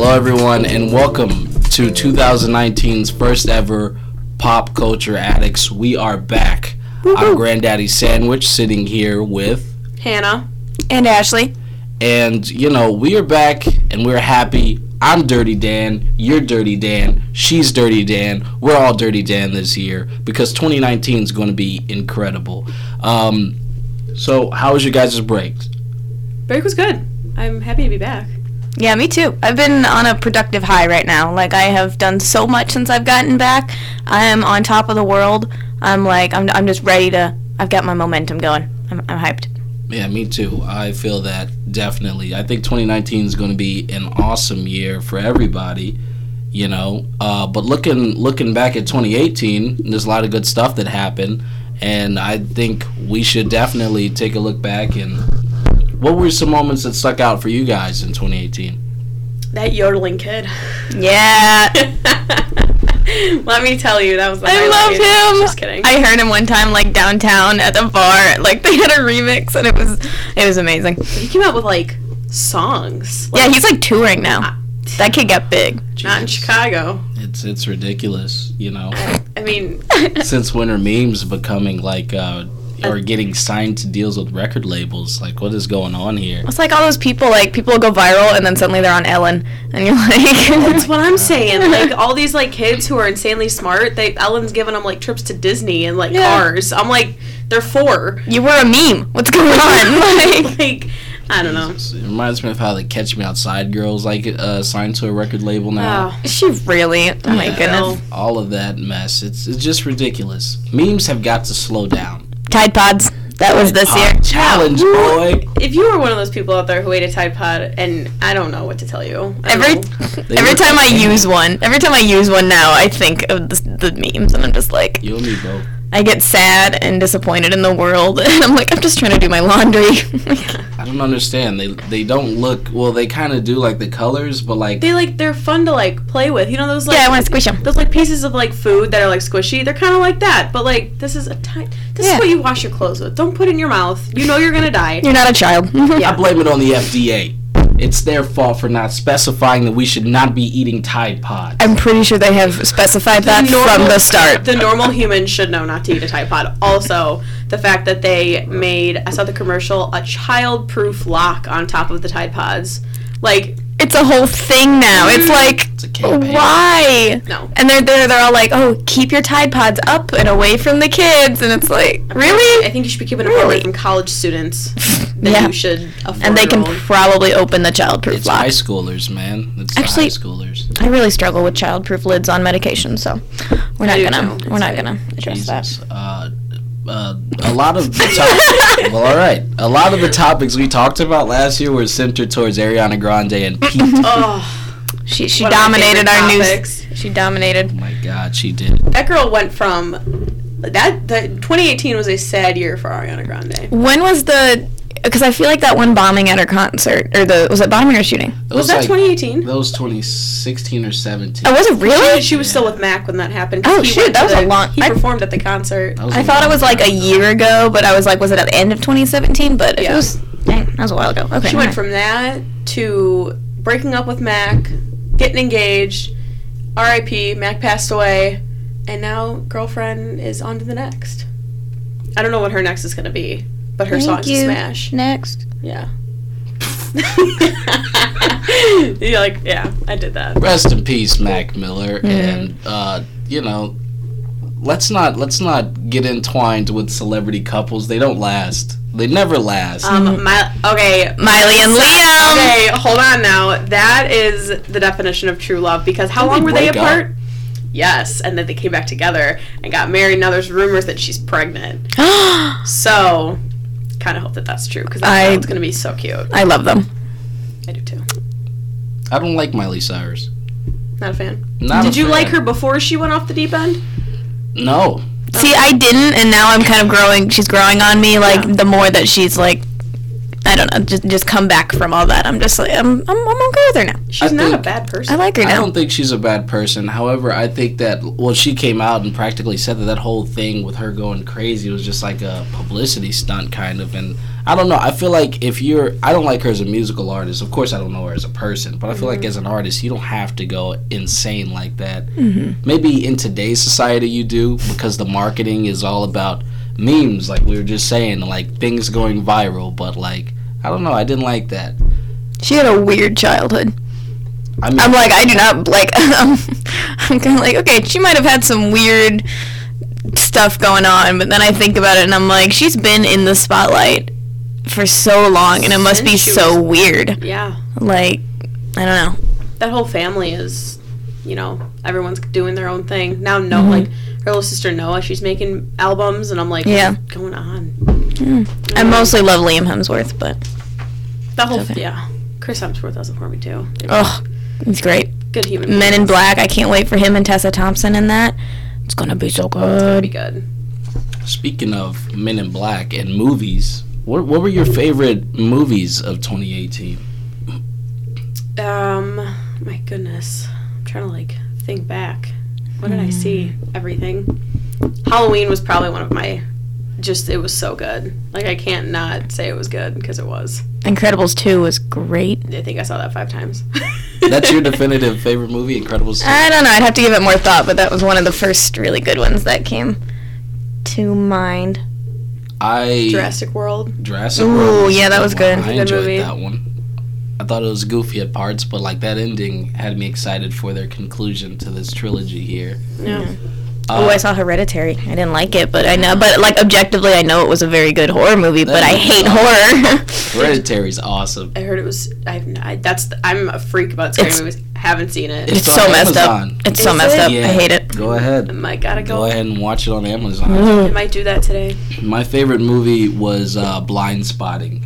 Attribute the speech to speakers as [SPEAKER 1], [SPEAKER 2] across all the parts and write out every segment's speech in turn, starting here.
[SPEAKER 1] everyone, and welcome to 2019's first ever Pop Culture Addicts. We are back. I'm Granddaddy Sandwich, sitting here with,
[SPEAKER 2] Hannah.
[SPEAKER 3] And Ashley.
[SPEAKER 1] and you know, we are back and we're happy. I'm Dirty Dan, you're Dirty Dan, she's Dirty Dan, we're all Dirty Dan this year because 2019 is going to be incredible. Um, so, how was your guys' break?
[SPEAKER 2] Break was good. I'm happy to be back.
[SPEAKER 3] Yeah, me too. I've been on a productive high right now. Like I have done so much since I've gotten back. I am on top of the world. I'm like I'm I'm just ready to I've got my momentum going. I'm I'm hyped.
[SPEAKER 1] Yeah, me too. I feel that definitely. I think 2019 is going to be an awesome year for everybody, you know. Uh, but looking looking back at 2018, there's a lot of good stuff that happened, and I think we should definitely take a look back and what were some moments that stuck out for you guys in 2018?
[SPEAKER 2] That yodeling kid.
[SPEAKER 3] Yeah.
[SPEAKER 2] Let me tell you, that was the
[SPEAKER 3] I love
[SPEAKER 2] highlight.
[SPEAKER 3] him.
[SPEAKER 2] Just kidding.
[SPEAKER 3] I heard him one time like downtown at the bar. Like they had a remix and it was it was amazing.
[SPEAKER 2] he came out with like songs.
[SPEAKER 3] Yeah, he's like touring now. That kid got big.
[SPEAKER 2] not in
[SPEAKER 1] Jesus.
[SPEAKER 2] Chicago.
[SPEAKER 1] It's it's ridiculous, you know.
[SPEAKER 2] I mean,
[SPEAKER 1] Since when are memes becoming like uh, or getting signed to deals with record labels? Like, what is going on here?
[SPEAKER 3] It's like all those people like people go viral and then suddenly they're on Ellen and you're like
[SPEAKER 2] that's what I'm saying. Like all these like kids who are insanely smart. They Ellen's giving them like trips to Disney and like
[SPEAKER 3] Yeah.
[SPEAKER 2] cars. I'm like, they're four.
[SPEAKER 3] You were a meme. What's going on? Like,
[SPEAKER 2] Like, I don't know.
[SPEAKER 1] It reminds me of how the Catch Me Outside girls like uh, signed to a record label now.
[SPEAKER 2] Oh,
[SPEAKER 3] is she really? Oh my
[SPEAKER 2] no.
[SPEAKER 3] goodness.
[SPEAKER 1] All of that mess. It's it's just ridiculous. Memes have got to slow down.
[SPEAKER 3] Tide Pods. That was this year.
[SPEAKER 1] Pop challenge, boy.
[SPEAKER 2] If you were one of those people out there who ate a Tide Pod, and I don't know what to tell you. I don't
[SPEAKER 3] Every
[SPEAKER 2] know.
[SPEAKER 1] They
[SPEAKER 3] every
[SPEAKER 1] look
[SPEAKER 3] time I
[SPEAKER 1] like
[SPEAKER 3] use one, every time I use one now, I think of the, the memes and I'm just like,
[SPEAKER 1] You and me both.
[SPEAKER 3] I get sad and disappointed in the world, and I'm like, I'm just trying to do my laundry.
[SPEAKER 1] I don't understand. They they don't look well. They kind of do like the colors, but like
[SPEAKER 2] they like they're fun to like play with. You know those like
[SPEAKER 3] yeah, I want to squish them.
[SPEAKER 2] those like pieces of like food that are like squishy. They're kind of like that, but like this is a tiny. This
[SPEAKER 3] Yeah.
[SPEAKER 2] is what you wash your clothes with. Don't put it in your mouth. You know you're gonna die.
[SPEAKER 3] You're not a child.
[SPEAKER 1] I blame it on the FDA. It's their fault for not specifying that we should not be eating Tide Pods.
[SPEAKER 3] I'm pretty sure they have specified that from the start.
[SPEAKER 2] The normal human should know not to eat a Tide Pod. Also, the fact that they made I saw the commercial a child-proof lock on top of the Tide Pods. Like
[SPEAKER 3] It's a whole thing now.
[SPEAKER 2] Mm.
[SPEAKER 3] It's like,
[SPEAKER 1] It's a campaign.
[SPEAKER 3] why?
[SPEAKER 2] no,
[SPEAKER 3] And they're they're they're all like, oh, keep your Tide Pods up and away from the kids, and it's like,
[SPEAKER 2] I
[SPEAKER 3] really?
[SPEAKER 2] think you should be keeping it away
[SPEAKER 3] Really?
[SPEAKER 2] from college students. That
[SPEAKER 3] Yeah.
[SPEAKER 2] you should. A
[SPEAKER 3] And they can
[SPEAKER 2] four-year-old.
[SPEAKER 3] probably open the childproof
[SPEAKER 1] It's high
[SPEAKER 3] lock.
[SPEAKER 1] schoolers, man. It's
[SPEAKER 3] Actually-
[SPEAKER 1] the high schoolers.
[SPEAKER 3] I really struggle with childproof lids on medication, so we're not
[SPEAKER 2] do
[SPEAKER 3] gonna
[SPEAKER 2] too.
[SPEAKER 3] we're not gonna address that.
[SPEAKER 1] Jesus. Uh, uh, a lot of the top- well, all right. A lot of the topics we talked about last year were centered towards Ariana Grande and Pete. oh
[SPEAKER 2] Oh,
[SPEAKER 3] She she
[SPEAKER 2] one of my
[SPEAKER 3] dominated
[SPEAKER 2] favorite
[SPEAKER 3] our news.
[SPEAKER 2] topics.
[SPEAKER 3] She dominated.
[SPEAKER 1] my God, she did.
[SPEAKER 2] That girl went from that. The 2018 was a sad year for Ariana Grande.
[SPEAKER 3] When was the? Because I feel like that one bombing at her concert, or the was it bombing or shooting?
[SPEAKER 1] It
[SPEAKER 2] Was that
[SPEAKER 1] like-
[SPEAKER 2] 2018?
[SPEAKER 1] That was 2016 or 17.
[SPEAKER 3] Oh, was it really?
[SPEAKER 2] She was still with Mac when that happened. 'cause
[SPEAKER 3] Oh,
[SPEAKER 2] he
[SPEAKER 3] shoot,
[SPEAKER 2] went
[SPEAKER 3] that
[SPEAKER 2] to
[SPEAKER 3] was a
[SPEAKER 2] the-
[SPEAKER 3] long-
[SPEAKER 2] He
[SPEAKER 3] I-
[SPEAKER 2] performed at the concert.
[SPEAKER 1] That was
[SPEAKER 3] I
[SPEAKER 1] a
[SPEAKER 3] thought it
[SPEAKER 1] long
[SPEAKER 3] was like a
[SPEAKER 1] time ago.
[SPEAKER 3] year ago, but I was like, was it at the end of 2017? But if
[SPEAKER 2] Yeah.
[SPEAKER 3] it was, dang, that was a while ago. Okay.
[SPEAKER 2] She went from that to breaking up with Mac, getting engaged, R.I.P. Mac passed away, and now girlfriend is on to the next. I don't know what her next is gonna be, but her
[SPEAKER 3] Thank
[SPEAKER 2] song's a
[SPEAKER 3] you.
[SPEAKER 2] smash.
[SPEAKER 3] next.
[SPEAKER 2] Yeah. You're like, yeah, I did that.
[SPEAKER 1] Rest in peace, Mac Miller. And uh, you know, let's not let's not get entwined with celebrity couples. They don't last. They never last.
[SPEAKER 3] Uh.
[SPEAKER 2] Um, my okay,
[SPEAKER 3] Miley and Liam.
[SPEAKER 2] Okay, hold on now. That is the definition of true love because how long
[SPEAKER 1] they
[SPEAKER 2] were they
[SPEAKER 1] break up?
[SPEAKER 2] apart? Yes, and then they came back together and got married. Now there's rumors that she's pregnant.
[SPEAKER 3] I
[SPEAKER 2] So, kind of hope that that's true because
[SPEAKER 3] I-
[SPEAKER 2] that sounds going to be so cute.
[SPEAKER 3] love them.
[SPEAKER 2] I do too.
[SPEAKER 1] I don't like Miley Cyrus.
[SPEAKER 2] Not a fan.
[SPEAKER 1] Not
[SPEAKER 2] Did
[SPEAKER 1] a
[SPEAKER 2] you like
[SPEAKER 1] fan.
[SPEAKER 2] her before she went off the deep end?
[SPEAKER 1] No.
[SPEAKER 3] See, I didn't, and now I'm kind of growing. She's growing on me. Like
[SPEAKER 2] Yeah.
[SPEAKER 3] the more that she's like I don't know. Just just come back from all that. I'm just like I'm I'm, I'm okay with her now.
[SPEAKER 2] She's
[SPEAKER 1] I
[SPEAKER 2] not a
[SPEAKER 1] think-
[SPEAKER 2] bad
[SPEAKER 3] I
[SPEAKER 2] person.
[SPEAKER 3] like her
[SPEAKER 1] I
[SPEAKER 3] now.
[SPEAKER 1] don't think she's a bad person. However, I think that well, she came out and practically said that that whole thing with her going crazy was just like a publicity stunt, kind of. And I don't know. I feel like if you're, I don't like her as a musical artist. Of course, I don't know her as a person, but I feel
[SPEAKER 3] Mm-hmm.
[SPEAKER 1] like as an artist, you don't have to go insane like that.
[SPEAKER 3] Mm-hmm.
[SPEAKER 1] Maybe in today's society, you do because the marketing is all about memes, like we were just saying, like things going viral. But like, I don't know. I didn't like that.
[SPEAKER 3] She had a weird childhood.
[SPEAKER 1] I mean,
[SPEAKER 3] I'm like I do not like. I'm, I'm kind of like okay. She might have had some weird stuff going on, but then I think about it and I'm like she's been in the spotlight for so long, and it must be
[SPEAKER 2] Since she
[SPEAKER 3] so weird.
[SPEAKER 2] yeah,
[SPEAKER 3] Like I don't know.
[SPEAKER 2] that whole family is, you know, everyone's doing their own thing now. No, like her little sister Noah, she's making albums, and I'm like,
[SPEAKER 3] Yeah.
[SPEAKER 2] what's going on? Mm.
[SPEAKER 3] I mostly love Liam Hemsworth, but
[SPEAKER 2] That whole
[SPEAKER 3] Okay.
[SPEAKER 2] yeah. Chris Hemsworth does it for me too. They're
[SPEAKER 3] oh, he's great.
[SPEAKER 2] good human.
[SPEAKER 3] Men in
[SPEAKER 2] beings.
[SPEAKER 3] Black. I can't wait for him and Tessa Thompson in that. It's gonna be so
[SPEAKER 2] Be
[SPEAKER 3] good.
[SPEAKER 2] good.
[SPEAKER 1] Speaking of Men in Black and movies, what what were your favorite movies of 2018?
[SPEAKER 2] Um, my goodness, I'm trying to like think back. What did I see?
[SPEAKER 3] Mm.
[SPEAKER 2] Everything. Halloween was probably one of my. Just it was so good. Like I can't not say it was good because it was.
[SPEAKER 3] Incredibles 2 was great.
[SPEAKER 2] I think I saw that five times.
[SPEAKER 1] That's your definitive favorite movie, Incredibles. two?
[SPEAKER 3] I don't know. I'd have to give it more thought, but that was one of the first really good ones that came to mind.
[SPEAKER 1] I
[SPEAKER 2] Jurassic World.
[SPEAKER 1] Jurassic
[SPEAKER 3] Ooh,
[SPEAKER 1] World
[SPEAKER 3] yeah, that was
[SPEAKER 1] a good.
[SPEAKER 3] good.
[SPEAKER 1] one. I
[SPEAKER 2] Good
[SPEAKER 1] enjoyed
[SPEAKER 2] movie.
[SPEAKER 1] that one. I thought it was goofy at parts, but like that ending had me excited for their conclusion to this trilogy here. Uh,
[SPEAKER 2] No.
[SPEAKER 3] oh, I saw Hereditary. I didn't like it, but I know. But like objectively, I know it was a very good horror movie. But I
[SPEAKER 1] movie
[SPEAKER 3] hate
[SPEAKER 1] sucked.
[SPEAKER 3] horror.
[SPEAKER 1] Hereditary's awesome.
[SPEAKER 2] I heard it was. I've. n- I, that's. the- I'm a freak about scary
[SPEAKER 3] It's-
[SPEAKER 2] movies. Haven't seen it.
[SPEAKER 3] it's so
[SPEAKER 1] on
[SPEAKER 3] messed up.
[SPEAKER 1] Amazon.
[SPEAKER 3] It's so
[SPEAKER 2] Is
[SPEAKER 3] messed
[SPEAKER 2] it?
[SPEAKER 3] up.
[SPEAKER 1] Yeah.
[SPEAKER 3] I hate it.
[SPEAKER 1] Go ahead.
[SPEAKER 2] I might gotta
[SPEAKER 1] Go
[SPEAKER 2] go.
[SPEAKER 1] ahead and watch it on Amazon.
[SPEAKER 2] I might do that today.
[SPEAKER 1] My favorite movie was uh, Blind Spotting.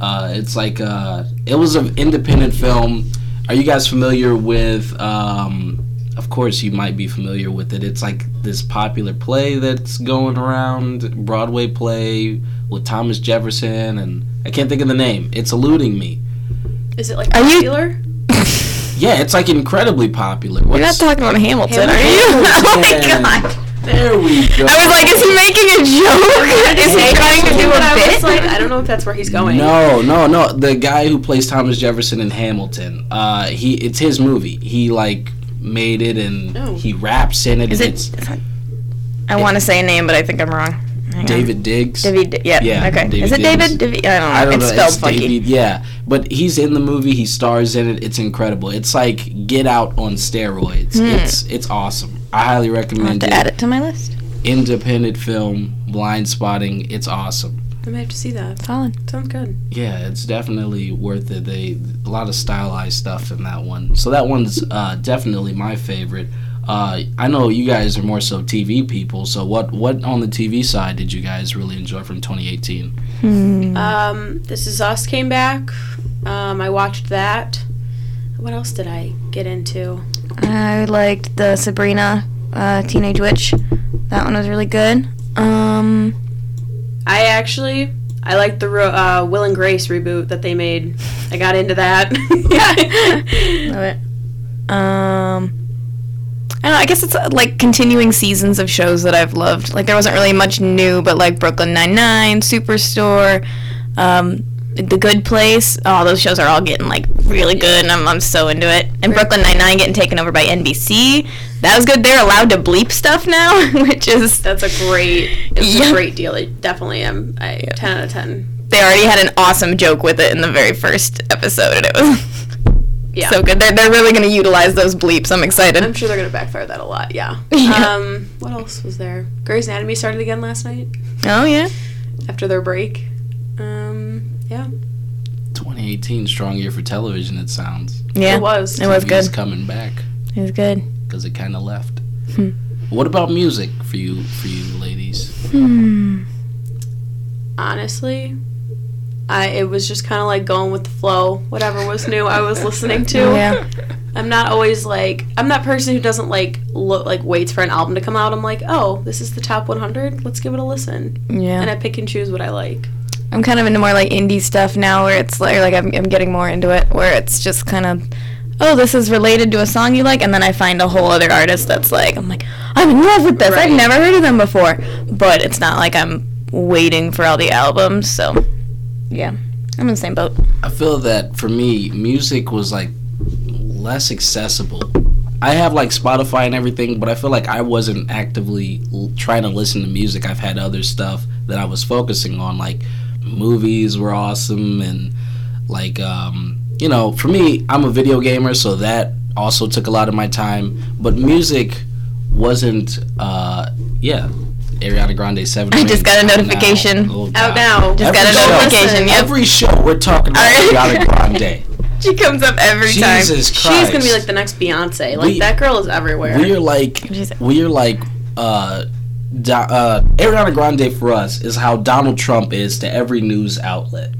[SPEAKER 1] Uh, it's like uh, it was an independent film. Are you guys familiar with? Um, of course, you might be familiar with it. It's like this popular play that's going around Broadway play with Thomas Jefferson and I can't think of the name. It's eluding me.
[SPEAKER 2] Is it like
[SPEAKER 3] Are you-
[SPEAKER 2] popular?
[SPEAKER 1] Yeah, it's like incredibly popular.
[SPEAKER 3] You're not
[SPEAKER 1] What's-
[SPEAKER 3] talking about Hamilton, are
[SPEAKER 2] Hamilton.
[SPEAKER 3] you? oh
[SPEAKER 1] Hamilton.
[SPEAKER 3] my god!
[SPEAKER 1] there we go.
[SPEAKER 3] I was like, is he making a joke? is he trying to do
[SPEAKER 2] But I
[SPEAKER 3] a
[SPEAKER 2] was
[SPEAKER 3] bit?
[SPEAKER 2] like, I don't know if that's where he's going.
[SPEAKER 1] No, no, no. The guy who plays Thomas Jefferson in Hamilton, uh, he it's his movie. He like made it and
[SPEAKER 2] Oh.
[SPEAKER 1] he raps in it.
[SPEAKER 3] Is
[SPEAKER 1] and
[SPEAKER 3] it?
[SPEAKER 1] It's
[SPEAKER 3] I want to say a name, but I think I'm wrong. Hang on.
[SPEAKER 1] David Diggs.
[SPEAKER 3] David. Yeah.
[SPEAKER 1] Yeah,
[SPEAKER 3] Okay.
[SPEAKER 1] David
[SPEAKER 3] is it
[SPEAKER 1] Davis.
[SPEAKER 3] David? David? I don't know.
[SPEAKER 1] I don't
[SPEAKER 3] it's
[SPEAKER 1] know.
[SPEAKER 3] spelled
[SPEAKER 1] It's
[SPEAKER 3] funky.
[SPEAKER 1] David, yeah, but he's in the movie. He stars in it. It's incredible. It's like Get Out on steroids. It's it's awesome. I highly
[SPEAKER 3] Hmm. I'll have
[SPEAKER 1] recommend
[SPEAKER 3] to
[SPEAKER 1] it.
[SPEAKER 3] add it to my list.
[SPEAKER 1] Independent film, Blind Spotting. It's awesome.
[SPEAKER 2] I might have to see that.
[SPEAKER 3] Colin.
[SPEAKER 2] Sounds good.
[SPEAKER 1] Yeah, it's definitely worth it. They a lot of stylized stuff in that one. So that one's uh, definitely my favorite. Uh, I know you guys are more so TV people. So what what on the TV side did you guys really enjoy from 2018?
[SPEAKER 3] Hmm. Uh,
[SPEAKER 2] Um, This Is Us came back. Um, I watched that. What else did I get into?
[SPEAKER 3] I liked the Sabrina uh, Teenage Witch. That one was really good. Um,
[SPEAKER 2] I actually I liked the ro- uh, Will and Grace reboot that they made. I got into that. yeah.
[SPEAKER 3] love it. Um, I don't know. I guess it's uh, like continuing seasons of shows that I've loved. Like there wasn't really much new, but like Brooklyn Nine Nine, Superstore, um, The Good Place. All those shows are all getting like really good, and I'm I'm so into it. And Brooklyn Nine Nine getting taken over by NBC. That was good. They're allowed to bleep stuff now, which is
[SPEAKER 2] That's a great, it's
[SPEAKER 3] Yeah.
[SPEAKER 2] a great deal. It definitely, am I, ten out of ten.
[SPEAKER 3] they already had an awesome joke with it in the very first episode, and it was
[SPEAKER 2] Yeah,
[SPEAKER 3] so good. They're, they're really going to utilize those bleeps. I'm
[SPEAKER 2] I'm
[SPEAKER 3] excited.
[SPEAKER 2] sure they're gonna backfire that a lot. Yeah.
[SPEAKER 3] Yeah.
[SPEAKER 2] Um, what else was there? Grey's Anatomy started again last night
[SPEAKER 3] Oh yeah,
[SPEAKER 2] after their break. Um, yeah,
[SPEAKER 1] 2018 strong year for television. It sounds.
[SPEAKER 3] yeah,
[SPEAKER 2] it was.
[SPEAKER 3] It was
[SPEAKER 1] TV's
[SPEAKER 3] good.
[SPEAKER 1] coming back
[SPEAKER 3] It was good.
[SPEAKER 1] because it kind of left.
[SPEAKER 3] Hmm.
[SPEAKER 1] What about music for you for you ladies?
[SPEAKER 2] Hmm. honestly I, it was just kind of like going with the flow whatever was new i was listening to
[SPEAKER 3] Yeah.
[SPEAKER 2] i'm not always like i'm that person who doesn't like look like waits for an album to come out i'm like oh this is the top 100 let's give it a listen
[SPEAKER 3] Yeah,
[SPEAKER 2] and i pick and choose what i like
[SPEAKER 3] I'm kind of into more like indie stuff now, where it's like, or, like I'm, I'm getting more into it, where it's just kind of, oh, this is related to a song you like, and then I find a whole other artist that's like, I'm like, I'm in love with this.
[SPEAKER 2] Right.
[SPEAKER 3] I've never heard of them before, but it's not like I'm waiting for all the albums. So, yeah, I'm in the same boat.
[SPEAKER 1] I feel that for me, music was like less accessible. I have like Spotify and everything, but I feel like I wasn't actively l- trying to listen to music. I've had other stuff that I was focusing on, like movies were awesome, and like, um, you know, for me, I'm a video gamer, so that also took a lot of my time. But music wasn't, uh, yeah. Ariana Grande 7.
[SPEAKER 3] I just got a
[SPEAKER 1] Out now.
[SPEAKER 3] notification.
[SPEAKER 1] Oh, God.
[SPEAKER 2] Out now.
[SPEAKER 3] Just
[SPEAKER 1] Every
[SPEAKER 3] got
[SPEAKER 1] show.
[SPEAKER 3] a notification. Yep,
[SPEAKER 1] Every show we're talking about Ariana
[SPEAKER 3] Alright.
[SPEAKER 1] Grande.
[SPEAKER 3] she comes up every time.
[SPEAKER 1] Jesus Christ.
[SPEAKER 2] She's gonna be like the next Beyonce. Like
[SPEAKER 1] We-
[SPEAKER 2] that girl is everywhere.
[SPEAKER 1] We are like
[SPEAKER 3] She's-
[SPEAKER 1] we are like uh, Do- uh Ariana Grande for us is how Donald Trump is to every news outlet.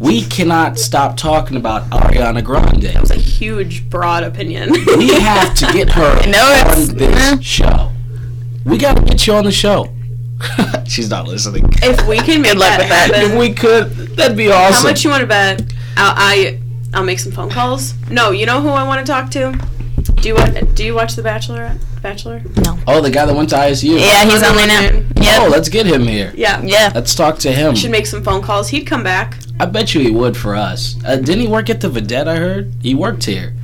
[SPEAKER 1] We cannot stop talking about Ariana Grande.
[SPEAKER 2] It's a huge, broad opinion.
[SPEAKER 1] We have to get her
[SPEAKER 3] know it's-
[SPEAKER 1] on this
[SPEAKER 2] uh-huh.
[SPEAKER 3] eh.
[SPEAKER 1] show. We gotta get you on the show. She's not listening.
[SPEAKER 2] if we can make
[SPEAKER 3] luck
[SPEAKER 2] that
[SPEAKER 3] with that.
[SPEAKER 2] happen,
[SPEAKER 1] If we could, that'd be
[SPEAKER 2] how
[SPEAKER 1] awesome.
[SPEAKER 2] much you want to bet? I'll, I I'll make some phone calls. No, you know who I want to talk to. Do you wa- do you watch The Bachelor? Bachelor?
[SPEAKER 1] oh, the guy that went to ISU.
[SPEAKER 3] Yeah, he's on there now.
[SPEAKER 1] Oh,
[SPEAKER 3] Yep.
[SPEAKER 1] let's get him here.
[SPEAKER 2] Yeah.
[SPEAKER 3] Yeah.
[SPEAKER 1] Let's talk to him.
[SPEAKER 2] Should make some phone calls. He'd come back.
[SPEAKER 1] I bet you he would for us. Uh, didn't he work at the Vedette? I heard he worked here.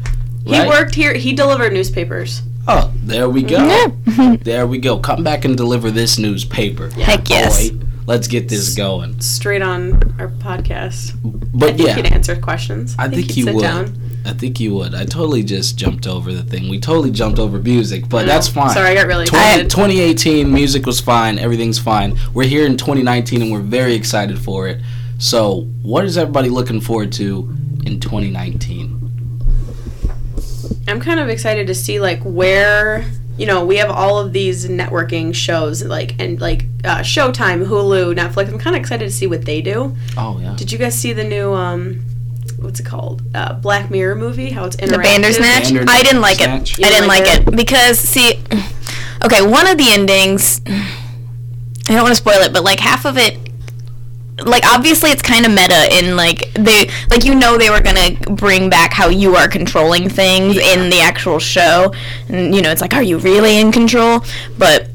[SPEAKER 2] He
[SPEAKER 1] right?
[SPEAKER 2] worked here. He delivered newspapers.
[SPEAKER 1] Oh, there we go.
[SPEAKER 3] Yeah.
[SPEAKER 1] There we go. Come back and deliver this newspaper.
[SPEAKER 3] Heck yes.
[SPEAKER 1] Boy, let's get this going.
[SPEAKER 2] Straight on our podcast. I
[SPEAKER 1] But
[SPEAKER 2] think
[SPEAKER 1] yeah,
[SPEAKER 2] he'd answer questions.
[SPEAKER 1] I think
[SPEAKER 2] he'd
[SPEAKER 1] he
[SPEAKER 2] sit
[SPEAKER 1] would.
[SPEAKER 2] down.
[SPEAKER 1] I think you would. I totally just jumped over the thing. We totally jumped over music, but
[SPEAKER 2] No.
[SPEAKER 1] that's fine.
[SPEAKER 2] Mm. Sorry, I got really
[SPEAKER 1] Twen-
[SPEAKER 2] excited.
[SPEAKER 1] 2018 music was fine. Everything's fine. We're here in 2019 and we're very excited for it. So, what is everybody looking forward to in 2019?
[SPEAKER 2] I'm kind of excited to see like where you know we have all of these networking shows like and like uh, Showtime, Hulu, Netflix. I'm kind of excited to see what they do.
[SPEAKER 1] Oh yeah.
[SPEAKER 2] Did you guys see the new um, what's it called? Uh, Black Mirror movie? How it's interactive.
[SPEAKER 3] The Bandersnatch.
[SPEAKER 1] Bandersnatch.
[SPEAKER 3] I didn't like
[SPEAKER 1] Snatch.
[SPEAKER 3] it. I didn't like it because see, okay, one of the endings. I don't want to spoil it, but like half of it, like obviously it's kind of meta in like they like you know they were gonna bring back how you are controlling things in the actual show, and you know it's like are you really in control? But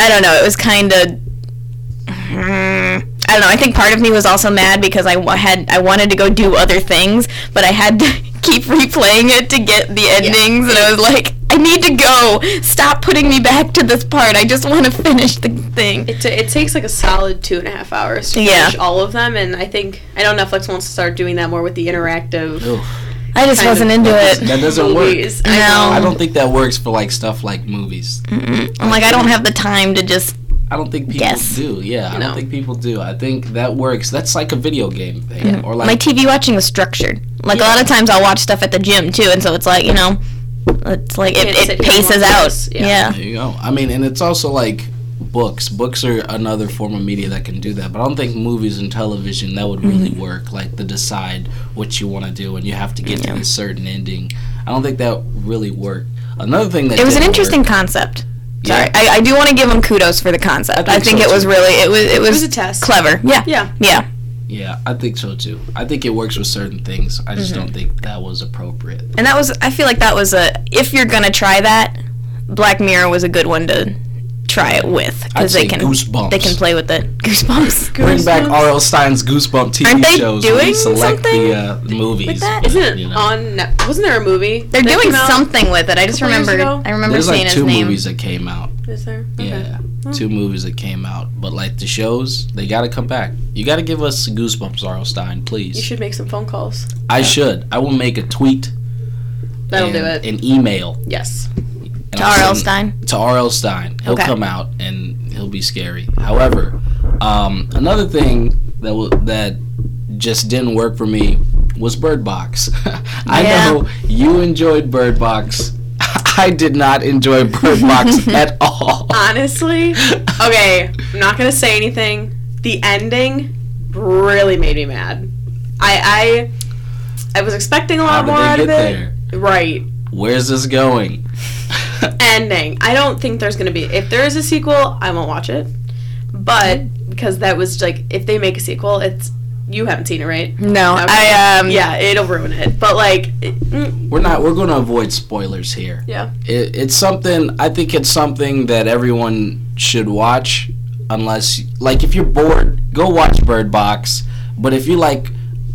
[SPEAKER 3] I don't know. It was kind of. I don't know. I think part of me was also mad because I wa- had I wanted to go do other things, but I had to keep replaying it to get the endings, and I was like, I need to go. Stop putting me back to this part. I just want to finish the thing.
[SPEAKER 2] It, ta- it takes like a solid two and a half hours to
[SPEAKER 3] Yeah.
[SPEAKER 2] finish all of them, and I think I know Netflix wants to start doing that more with the interactive
[SPEAKER 1] Ugh,
[SPEAKER 3] I just
[SPEAKER 2] kind of
[SPEAKER 3] wasn't into
[SPEAKER 1] that
[SPEAKER 3] it.
[SPEAKER 1] doesn't work.
[SPEAKER 2] movies.
[SPEAKER 3] No.
[SPEAKER 1] I don't think that works for like stuff like movies.
[SPEAKER 3] Mm-mm. I'm like, I don't have the time to just.
[SPEAKER 1] I don't think people
[SPEAKER 3] Yes.
[SPEAKER 1] do. Yeah, I
[SPEAKER 2] No.
[SPEAKER 1] don't think people do. I think that works. That's like a video game thing, or
[SPEAKER 3] my
[SPEAKER 1] like
[SPEAKER 3] TV watching was structured. Like a lot of times I'll watch stuff at the gym too, and so it's like you know, it's like
[SPEAKER 2] Can't
[SPEAKER 3] it,
[SPEAKER 2] sit
[SPEAKER 3] it
[SPEAKER 2] here and
[SPEAKER 3] paces
[SPEAKER 2] watch
[SPEAKER 3] out.
[SPEAKER 2] this, yeah.
[SPEAKER 3] Yeah.
[SPEAKER 1] there you go. I mean, and it's also like books. Books are another form of media that can do that. But I don't think movies and television that would really
[SPEAKER 3] Mm-hmm.
[SPEAKER 1] work. Like to decide what you want to do, and you have to get to a certain ending. I don't think that really worked. Another thing that
[SPEAKER 3] It was an
[SPEAKER 1] didn't
[SPEAKER 3] interesting
[SPEAKER 1] work-
[SPEAKER 3] concept.
[SPEAKER 1] Yeah.
[SPEAKER 3] Sorry, I, I do want to give them kudos for the concept. I
[SPEAKER 1] think
[SPEAKER 3] think,
[SPEAKER 1] so,
[SPEAKER 3] it was
[SPEAKER 1] too.
[SPEAKER 3] really it was it was,
[SPEAKER 2] It was a test.
[SPEAKER 3] clever. Yeah.
[SPEAKER 2] Yeah.
[SPEAKER 3] Yeah.
[SPEAKER 1] Yeah, I think so too. I think it works with certain things. I just
[SPEAKER 3] Mm-hmm.
[SPEAKER 1] don't think that was appropriate.
[SPEAKER 3] And that was I feel like that was a if you're gonna try that, Black Mirror was a good one to try it with
[SPEAKER 1] I'd
[SPEAKER 3] because
[SPEAKER 1] say
[SPEAKER 3] they can
[SPEAKER 1] goosebumps.
[SPEAKER 3] they can play with it. Goosebumps.
[SPEAKER 1] Bring back
[SPEAKER 2] Goosebumps.
[SPEAKER 1] R.L. Stein's Goosebump TV
[SPEAKER 3] Aren't they
[SPEAKER 1] shows where you
[SPEAKER 3] doing
[SPEAKER 1] select
[SPEAKER 3] something
[SPEAKER 1] the uh, movies.
[SPEAKER 3] that?
[SPEAKER 2] Isn't it
[SPEAKER 1] You know.
[SPEAKER 2] on? Net- wasn't there a movie?
[SPEAKER 3] They're
[SPEAKER 2] that
[SPEAKER 3] doing
[SPEAKER 2] came out?
[SPEAKER 3] something with it. I just
[SPEAKER 2] couple years
[SPEAKER 3] remember
[SPEAKER 2] ago?
[SPEAKER 3] I remember
[SPEAKER 1] There's
[SPEAKER 3] seeing
[SPEAKER 1] like
[SPEAKER 3] his
[SPEAKER 1] two
[SPEAKER 3] name.
[SPEAKER 1] movies that came out.
[SPEAKER 2] Is there? Okay.
[SPEAKER 1] Yeah,
[SPEAKER 2] Well.
[SPEAKER 1] two movies that came out. But like the shows, they gotta come back. You gotta give us Goosebumps, R.L. Stein, please.
[SPEAKER 2] You should make some phone calls.
[SPEAKER 1] I should. I will make a tweet.
[SPEAKER 2] That'll
[SPEAKER 1] and,
[SPEAKER 2] do it.
[SPEAKER 1] An email
[SPEAKER 2] Yes.
[SPEAKER 1] and
[SPEAKER 3] To
[SPEAKER 1] I'll
[SPEAKER 3] R.L.
[SPEAKER 1] send-
[SPEAKER 3] Stein.
[SPEAKER 1] to R.L. Stein. He'll
[SPEAKER 3] Okay.
[SPEAKER 1] come out and he'll be scary. However, um, another thing that w- that just didn't work for me was Bird Box. I
[SPEAKER 3] Yeah.
[SPEAKER 1] know you enjoyed Bird Box. I did not enjoy Bird Box at all.
[SPEAKER 2] Honestly, okay. I'm not gonna say anything. The ending really made me mad. I I I was expecting a
[SPEAKER 1] How
[SPEAKER 2] lot
[SPEAKER 1] did
[SPEAKER 2] more out
[SPEAKER 1] they
[SPEAKER 2] of
[SPEAKER 1] get
[SPEAKER 2] it.
[SPEAKER 1] there?
[SPEAKER 2] Right.
[SPEAKER 1] Where's this going?
[SPEAKER 2] ending. I don't think there's gonna be. If there is a
[SPEAKER 3] Mm.
[SPEAKER 2] sequel, I won't watch it. But because that was like, if they make a sequel, it's you haven't seen it, right?
[SPEAKER 3] No,
[SPEAKER 2] Okay.
[SPEAKER 3] I um
[SPEAKER 2] Yeah, it'll ruin it. But like, it- mm,
[SPEAKER 1] We're not. We're going to avoid spoilers here.
[SPEAKER 2] yeah,
[SPEAKER 1] It, it's something. I think it's something that everyone should watch, unless like if you're bored, go watch Bird Box. But if you like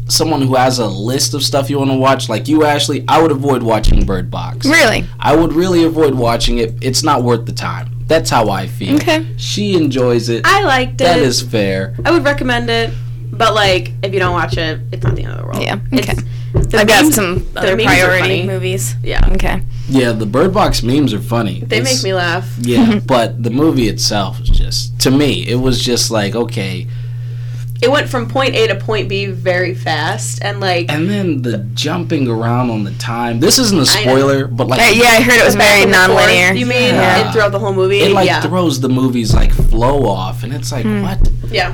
[SPEAKER 1] someone who has a list of stuff you want to watch, like you, Ashley, I would avoid watching Bird Box.
[SPEAKER 3] Really?
[SPEAKER 1] I would really avoid watching it. It's not worth the time. That's how I feel.
[SPEAKER 3] Okay.
[SPEAKER 1] She enjoys it.
[SPEAKER 2] I liked it.
[SPEAKER 1] that is fair.
[SPEAKER 2] I would recommend it, but like, if you don't watch it, it's not the end of the world.
[SPEAKER 3] Yeah,
[SPEAKER 2] It's-
[SPEAKER 3] okay.
[SPEAKER 2] the
[SPEAKER 3] I've got
[SPEAKER 2] memes-
[SPEAKER 3] some
[SPEAKER 2] the
[SPEAKER 3] other
[SPEAKER 2] memes are
[SPEAKER 3] priority
[SPEAKER 2] funny.
[SPEAKER 3] movies.
[SPEAKER 2] Yeah,
[SPEAKER 3] Okay.
[SPEAKER 1] Yeah, the Bird Box memes are funny.
[SPEAKER 2] they make me laugh.
[SPEAKER 1] Yeah, but the movie itself was just to me, it was just like okay.
[SPEAKER 2] It went from point A to point B very fast, and like,
[SPEAKER 1] And then the jumping around on the time. This isn't a
[SPEAKER 2] I know.
[SPEAKER 1] spoiler, but like
[SPEAKER 3] Uh, yeah, I heard it was
[SPEAKER 2] the back
[SPEAKER 3] very
[SPEAKER 2] and the forth,
[SPEAKER 3] nonlinear.
[SPEAKER 2] You mean
[SPEAKER 1] Yeah.
[SPEAKER 2] and throughout the whole movie?
[SPEAKER 1] it like
[SPEAKER 2] yeah,
[SPEAKER 1] throws the movie's like flow off, and it's like what?
[SPEAKER 2] yeah.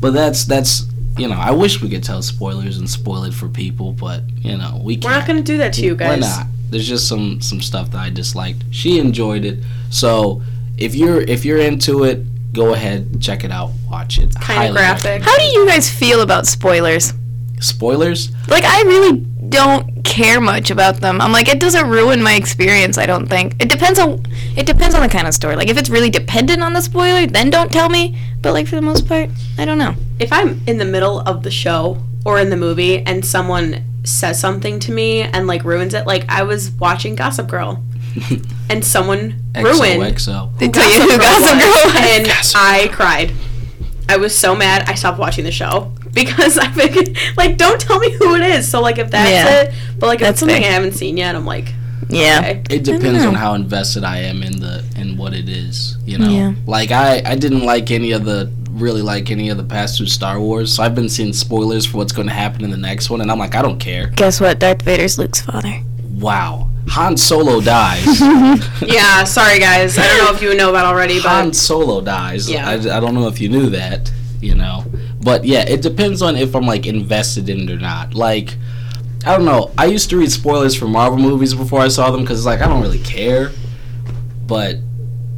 [SPEAKER 1] But that's that's you know I wish we could tell spoilers and spoil it for people, but you know we can't.
[SPEAKER 2] We're not gonna do that to you
[SPEAKER 1] Why
[SPEAKER 2] guys.
[SPEAKER 1] not? There's just some some stuff that I disliked. She enjoyed it, so if you're if you're into it, go ahead check it out, watch it. Highly
[SPEAKER 2] graphic.
[SPEAKER 1] recommend.
[SPEAKER 3] How do you guys feel about spoilers?
[SPEAKER 1] Spoilers?
[SPEAKER 3] Like I really don't care much about them. I'm like it doesn't ruin my experience, I don't think. It depends on it depends on the kind of story. Like if it's really dependent on the spoiler, then don't tell me. But like for the most part, I don't know.
[SPEAKER 2] If I'm in the middle of the show or in the movie and someone says something to me and like ruins it, like I was watching Gossip Girl, and someone ruined
[SPEAKER 1] XOXO.
[SPEAKER 3] They tell you who Gossip Girl
[SPEAKER 2] was,
[SPEAKER 3] was.
[SPEAKER 2] and
[SPEAKER 1] Gossip
[SPEAKER 2] I cried. I was so mad I stopped watching the show because I figured like don't tell me who it is. So like if that's
[SPEAKER 3] Yeah.
[SPEAKER 2] it, but like if
[SPEAKER 3] That's
[SPEAKER 2] it's something
[SPEAKER 3] fair.
[SPEAKER 2] I haven't seen yet, I'm like
[SPEAKER 3] Yeah.
[SPEAKER 2] okay.
[SPEAKER 1] It depends
[SPEAKER 3] know.
[SPEAKER 1] on how invested I am in the in what it is, you know.
[SPEAKER 3] Yeah.
[SPEAKER 1] Like I I didn't like any of the really like any of the past two Star Wars, so I've been seeing spoilers for what's going to happen in the next one, and I'm like I don't care.
[SPEAKER 3] Guess what? Darth Vader's Luke's father.
[SPEAKER 1] Wow, Han Solo dies.
[SPEAKER 2] Yeah, sorry guys. I don't know if you know that already, but
[SPEAKER 1] Han Solo dies.
[SPEAKER 2] Yeah.
[SPEAKER 1] I, I don't know if you knew that, you know. But yeah, it depends on if I'm like invested in it or not. Like, I don't know. I used to read spoilers for Marvel movies before I saw them because like I don't really care. But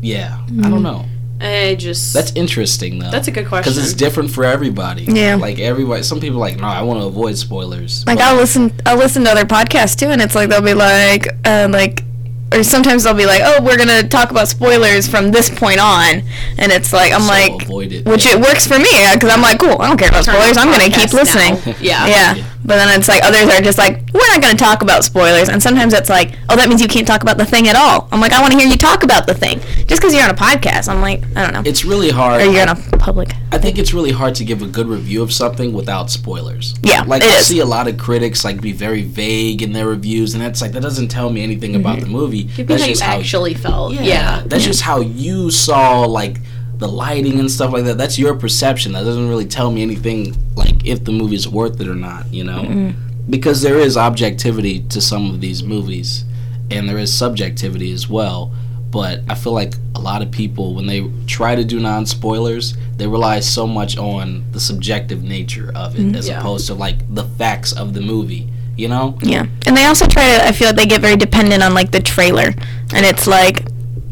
[SPEAKER 1] yeah, I
[SPEAKER 3] Mm.
[SPEAKER 1] don't know.
[SPEAKER 2] I just
[SPEAKER 1] That's interesting though.
[SPEAKER 2] That's a good question.
[SPEAKER 1] because it's different for everybody.
[SPEAKER 3] Yeah.
[SPEAKER 1] Like everybody, some people are like no, I want to avoid spoilers.
[SPEAKER 3] Like
[SPEAKER 1] But-
[SPEAKER 3] I'll listen, I'll listen to other podcasts too, and it's like they'll be like, uh, like, or sometimes they'll be like, oh, we're gonna talk about spoilers from this point on, and it's like I'm
[SPEAKER 1] so
[SPEAKER 3] like,
[SPEAKER 1] avoid it.
[SPEAKER 3] which it works for me because I'm like, cool, I don't care about
[SPEAKER 2] Turn on
[SPEAKER 3] spoilers, I'm gonna
[SPEAKER 2] podcast
[SPEAKER 3] keep listening.
[SPEAKER 2] now. Yeah.
[SPEAKER 3] Yeah.
[SPEAKER 1] Yeah.
[SPEAKER 3] but then it's like others are just like, we're not gonna talk about spoilers, and sometimes it's like, oh, that means you can't talk about the thing at all. I'm like, I want to hear you talk about the thing just because you're on a podcast. I'm like, I don't know,
[SPEAKER 1] it's really hard.
[SPEAKER 3] or you're on a public.
[SPEAKER 1] I think it's really hard to give a good review of something without spoilers.
[SPEAKER 3] Yeah,
[SPEAKER 1] like
[SPEAKER 3] it
[SPEAKER 1] I
[SPEAKER 3] is.
[SPEAKER 1] see a lot of critics like be very vague in their reviews, and that's like that doesn't tell me anything about
[SPEAKER 3] Mm-hmm.
[SPEAKER 1] the movie.
[SPEAKER 2] Give me
[SPEAKER 1] that's
[SPEAKER 2] how you actually felt.
[SPEAKER 1] yeah,
[SPEAKER 2] Yeah.
[SPEAKER 1] that's just how you saw like the lighting and stuff like that. That's your perception. That doesn't really tell me anything like if the movie's worth it or not. You know, because there is objectivity to some of these movies, and there is subjectivity as well. But I feel like a lot of people, when they try to do non spoilers, they rely so much on the subjective nature of it as
[SPEAKER 2] Yeah.
[SPEAKER 1] opposed to like the facts of the movie. You know,
[SPEAKER 3] Yeah, and they also try to. I feel like they get very dependent on like the trailer, and it's like,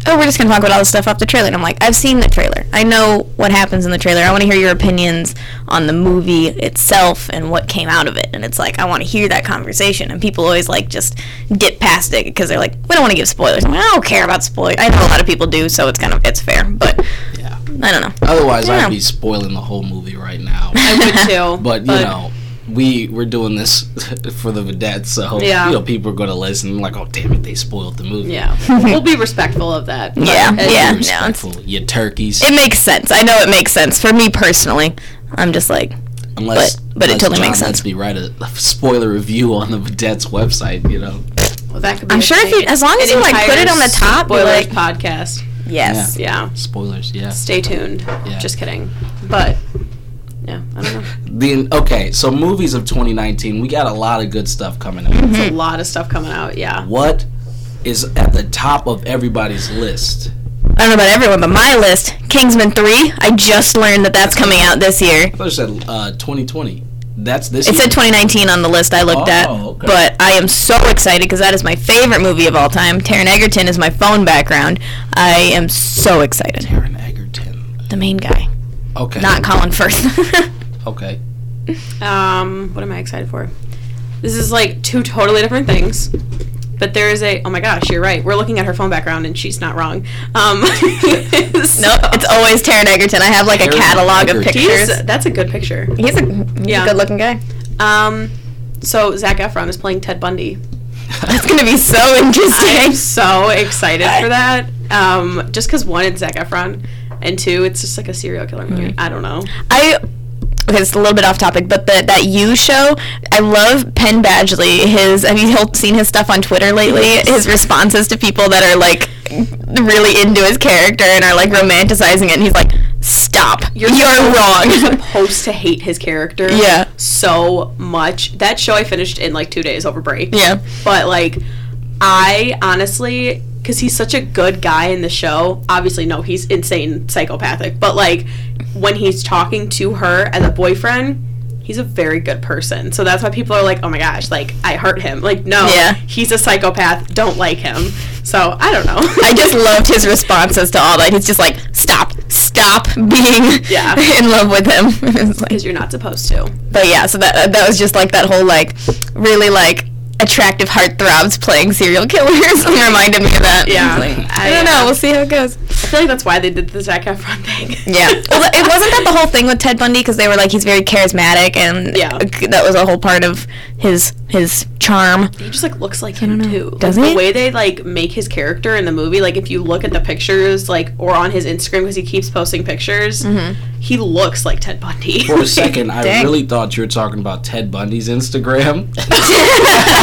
[SPEAKER 3] oh, we're just gonna talk about all this stuff off the trailer. And I'm like, I've seen the trailer. I know what happens in the trailer. I want to hear your opinions on the movie itself and what came out of it. And it's like, I want to hear that conversation. And people always like just dip past it because they're like, we don't want to give spoilers. I'm like, I don't care about spoilers. I know a lot of people do, so it's kind of it's fair. But
[SPEAKER 1] Yeah.
[SPEAKER 3] I don't know.
[SPEAKER 1] otherwise
[SPEAKER 3] Yeah.
[SPEAKER 1] I'd be spoiling the whole movie right now.
[SPEAKER 2] I would too.
[SPEAKER 1] But you know, we we're doing this for the vedettes, so
[SPEAKER 2] Yeah.
[SPEAKER 1] you know people are gonna listen. and like, oh damn it, they spoiled the movie.
[SPEAKER 2] yeah, we'll be respectful of that. but
[SPEAKER 3] Yeah,
[SPEAKER 2] it's-
[SPEAKER 3] yeah.
[SPEAKER 1] Be
[SPEAKER 3] no,
[SPEAKER 1] respectful, you turkeys.
[SPEAKER 3] It makes sense. I know it makes sense for me personally. I'm just like,
[SPEAKER 1] unless,
[SPEAKER 3] but- but it
[SPEAKER 1] unless
[SPEAKER 3] totally
[SPEAKER 1] John
[SPEAKER 3] makes sense.
[SPEAKER 1] Letsby write a, a spoiler review on the vedettes website. You know,
[SPEAKER 2] Well, that could be
[SPEAKER 3] I'm
[SPEAKER 2] a
[SPEAKER 3] sure if
[SPEAKER 2] thing.
[SPEAKER 3] you, as long as
[SPEAKER 2] An
[SPEAKER 3] you like put
[SPEAKER 2] entire
[SPEAKER 3] it on the top, you're
[SPEAKER 2] spoilers
[SPEAKER 3] like,
[SPEAKER 2] podcast.
[SPEAKER 3] yes.
[SPEAKER 2] Yeah,
[SPEAKER 1] spoilers. Yeah.
[SPEAKER 2] stay tuned. Just kidding. But yeah, I don't know.
[SPEAKER 1] The okay, so movies of 2019, we got a lot of good stuff coming out.
[SPEAKER 2] It's
[SPEAKER 3] Mm-hmm. Hmm.
[SPEAKER 2] a lot of stuff coming out. Yeah,
[SPEAKER 1] What is at the top of everybody's list?
[SPEAKER 3] I don't know about everyone, but my list, Kingsman 3, I just learned that that's coming out this year.
[SPEAKER 1] I thought it said uh, 2020. That's this.
[SPEAKER 3] It
[SPEAKER 1] year.
[SPEAKER 3] said 2019 on the list I looked
[SPEAKER 1] Oh,
[SPEAKER 3] at,
[SPEAKER 1] okay.
[SPEAKER 3] but I am so excited because that is my favorite movie of all time. Taron Egerton is my phone background. I am so excited.
[SPEAKER 1] Taron Egerton.
[SPEAKER 3] The main guy,
[SPEAKER 1] Okay.
[SPEAKER 3] not Colin Firth.
[SPEAKER 1] okay.
[SPEAKER 2] Um, what am I excited for? This is like two totally different things. But there is a oh my gosh, you're right. We're looking at her phone background and she's not wrong. Um so-
[SPEAKER 3] Nope, it's always Taryn Egerton. I have like
[SPEAKER 1] Taron
[SPEAKER 3] a catalog of
[SPEAKER 1] Egerton.
[SPEAKER 3] pictures.
[SPEAKER 2] He's- that's a good picture.
[SPEAKER 3] He's a, he's
[SPEAKER 2] Yeah.
[SPEAKER 3] a good-looking guy.
[SPEAKER 2] Um so Zach Efron is playing Ted Bundy.
[SPEAKER 3] That's gonna be so
[SPEAKER 2] I'm
[SPEAKER 3] interesting.
[SPEAKER 2] so excited for that. Um, just because one, it's Zac Efron, and two, it's just like a serial killer movie.
[SPEAKER 3] Mm-hmm.
[SPEAKER 2] I don't know.
[SPEAKER 3] I okay, it's a little bit off topic, but the that you show, I love Penn Badgley. His have you he'll- seen his stuff on Twitter lately? His responses to people that are like really into his character and are like romanticizing it, and he's like, "Stop, you're, wrong."
[SPEAKER 2] Supposed to hate his character.
[SPEAKER 3] Yeah.
[SPEAKER 2] So much. That show I finished in like two days over break.
[SPEAKER 3] yeah,
[SPEAKER 2] But like, I honestly, because he's such a good guy in the show. Obviously, no, he's insane, psychopathic. But like, when he's talking to her as a boyfriend. He's a very good person. So that's why people are like, oh my gosh, like, I hurt him. Like, no,
[SPEAKER 3] Yeah.
[SPEAKER 2] he's a psychopath. Don't like him. So I don't know.
[SPEAKER 3] I just loved his responses to all that. He's just like, "Stop, stop being
[SPEAKER 2] Yeah.
[SPEAKER 3] in love with him." It's like-
[SPEAKER 2] Because you're not supposed to.
[SPEAKER 3] But yeah, so that that was just like that whole like really like attractive heartthrobs playing serial killers and reminded me of that.
[SPEAKER 2] Yeah.
[SPEAKER 3] I was like,
[SPEAKER 2] I-
[SPEAKER 3] I don't know. We'll see how it goes.
[SPEAKER 2] I feel like that's why they did the Zac Efron thing.
[SPEAKER 3] Yeah. Well, it wasn't that the whole thing with Ted Bundy because they were like he's very charismatic and
[SPEAKER 2] Yeah.
[SPEAKER 3] that was a whole part of his his charm.
[SPEAKER 2] He just like looks like him
[SPEAKER 3] know.
[SPEAKER 2] too. Like,
[SPEAKER 3] Doesn't
[SPEAKER 2] the
[SPEAKER 3] he?
[SPEAKER 2] way they like make his character in the movie, like if you look at the pictures, like or on his Instagram because he keeps posting pictures,
[SPEAKER 3] Mm-hmm.
[SPEAKER 2] he looks like Ted Bundy.
[SPEAKER 1] For a second, I
[SPEAKER 3] Dang.
[SPEAKER 1] really thought you were talking about Ted Bundy's Instagram. but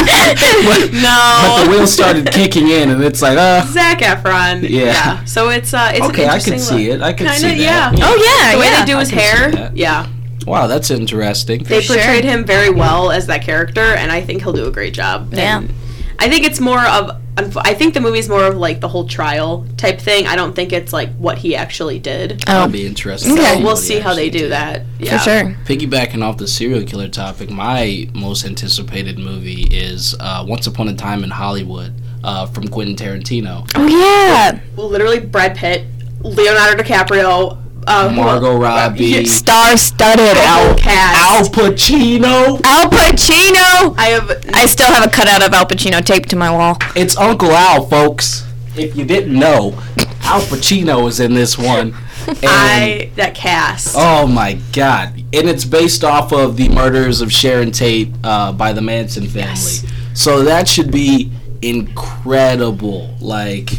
[SPEAKER 1] the
[SPEAKER 2] no.
[SPEAKER 1] wheels started kicking in, and it's like, uh,
[SPEAKER 2] Zac Efron.
[SPEAKER 1] Yeah.
[SPEAKER 2] Yeah. So it's uh, it's
[SPEAKER 1] okay,
[SPEAKER 2] an
[SPEAKER 1] I
[SPEAKER 2] interesting
[SPEAKER 1] can see
[SPEAKER 2] look.
[SPEAKER 1] it. I can
[SPEAKER 2] Kinda,
[SPEAKER 1] see
[SPEAKER 2] yeah.
[SPEAKER 1] that.
[SPEAKER 3] oh yeah,
[SPEAKER 2] The way
[SPEAKER 3] yeah.
[SPEAKER 2] they do his
[SPEAKER 1] I can see
[SPEAKER 2] hair,
[SPEAKER 1] that.
[SPEAKER 2] yeah,
[SPEAKER 1] Wow, that's interesting.
[SPEAKER 2] they
[SPEAKER 3] sure.
[SPEAKER 2] portrayed him very well as that character, and I think he'll do a great job.
[SPEAKER 3] Yeah.
[SPEAKER 2] And I think it's more of. unf- I think the movie's more of like the whole trial type thing. I don't think it's like what he actually did.
[SPEAKER 1] That'd
[SPEAKER 3] oh,
[SPEAKER 1] be interesting.
[SPEAKER 3] Okay.
[SPEAKER 1] to
[SPEAKER 2] So we'll
[SPEAKER 1] what he
[SPEAKER 2] see how they
[SPEAKER 1] actually
[SPEAKER 2] do
[SPEAKER 1] did.
[SPEAKER 2] that. Yeah.
[SPEAKER 3] for sure.
[SPEAKER 1] Piggybacking off the serial killer topic, my most anticipated movie is uh, Once Upon a Time in Hollywood uh, from Quentin Tarantino.
[SPEAKER 3] Oh yeah.
[SPEAKER 2] Literally, Brad Pitt, Leonardo DiCaprio, uh,
[SPEAKER 1] Margot Robbie,
[SPEAKER 3] Star-studded
[SPEAKER 2] Al
[SPEAKER 3] Al
[SPEAKER 1] Al Pacino.
[SPEAKER 3] Al Pacino.
[SPEAKER 2] I have.
[SPEAKER 3] I still have a cutout of Al Pacino taped to my wall.
[SPEAKER 1] It's Uncle Al, folks. If you didn't know, Al Pacino is in this one. And,
[SPEAKER 2] I that cast.
[SPEAKER 1] oh my god. And it's based off of the murders of Sharon Tate uh, by the Manson family.
[SPEAKER 2] Yes.
[SPEAKER 1] So that should be incredible. Like,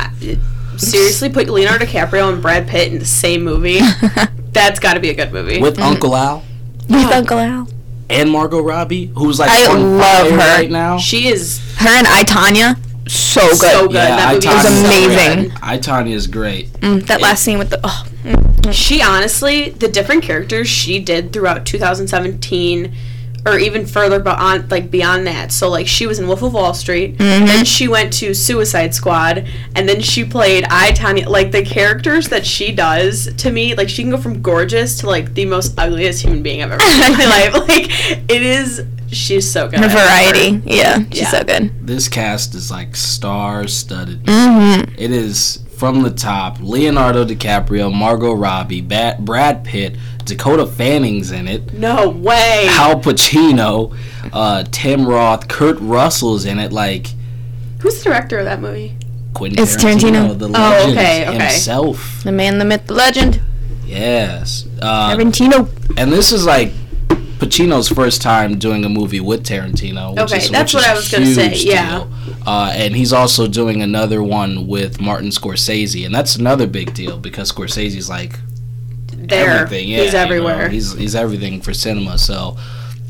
[SPEAKER 2] Seriously, put Leonardo DiCaprio and Brad Pitt in the same movie. That's got to be a good movie.
[SPEAKER 1] with
[SPEAKER 3] Mhm.
[SPEAKER 1] Uncle Al.
[SPEAKER 3] With Uncle Al.
[SPEAKER 1] and Margot Robbie, who's like
[SPEAKER 3] I
[SPEAKER 1] on
[SPEAKER 3] love
[SPEAKER 1] fire
[SPEAKER 3] her.
[SPEAKER 1] right now.
[SPEAKER 2] she is
[SPEAKER 3] Her and I Tanya, so good.
[SPEAKER 2] so good.
[SPEAKER 1] Yeah,
[SPEAKER 2] that movie
[SPEAKER 1] Itanya-
[SPEAKER 2] is so
[SPEAKER 3] amazing.
[SPEAKER 2] good.
[SPEAKER 1] I Tanya is great.
[SPEAKER 3] Mm, that last scene with the oh,
[SPEAKER 2] She honestly, the different characters she did throughout 2017, or even further, but on like beyond that. So like she was in Wolf of Wall Street,
[SPEAKER 3] Mm-hmm.
[SPEAKER 2] then she went to Suicide Squad, and then she played I Tanya. Like the characters that she does to me, like she can go from gorgeous to like the most ugliest human being I've ever seen in my life. Like it is, she's so good.
[SPEAKER 3] her
[SPEAKER 2] I love her.
[SPEAKER 3] variety. Yeah, she's
[SPEAKER 2] Yeah.
[SPEAKER 3] so good.
[SPEAKER 1] This cast is like star studded.
[SPEAKER 3] Mm-hmm.
[SPEAKER 1] It is from the top. Leonardo DiCaprio, Margot Robbie, Bat- Brad Pitt, Dakota Fanning's in it.
[SPEAKER 2] No way.
[SPEAKER 1] Al Pacino, uh, Tim Roth, Kurt Russell's in it. Like
[SPEAKER 2] Who's the director of that movie?
[SPEAKER 1] Quentin
[SPEAKER 3] It's
[SPEAKER 1] Tarantino,
[SPEAKER 3] Tarantino.
[SPEAKER 1] the
[SPEAKER 2] Oh,
[SPEAKER 1] legend
[SPEAKER 2] okay, okay.
[SPEAKER 1] himself.
[SPEAKER 3] The man, the myth, the legend.
[SPEAKER 1] Yes. Uh,
[SPEAKER 3] Tarantino.
[SPEAKER 1] And this is like Pacino's first time doing a movie with Tarantino. Which
[SPEAKER 2] Okay,
[SPEAKER 1] is,
[SPEAKER 2] that's
[SPEAKER 1] which
[SPEAKER 2] what
[SPEAKER 1] is
[SPEAKER 2] I
[SPEAKER 1] a
[SPEAKER 2] was gonna say,
[SPEAKER 1] huge
[SPEAKER 2] yeah.
[SPEAKER 1] deal. Uh, and he's also doing another one with Martin Scorsese, and that's another big deal because Scorsese's like
[SPEAKER 2] There,
[SPEAKER 1] everything. Yeah,
[SPEAKER 2] he's
[SPEAKER 1] you know,
[SPEAKER 2] everywhere.
[SPEAKER 1] he's he's everything for cinema. So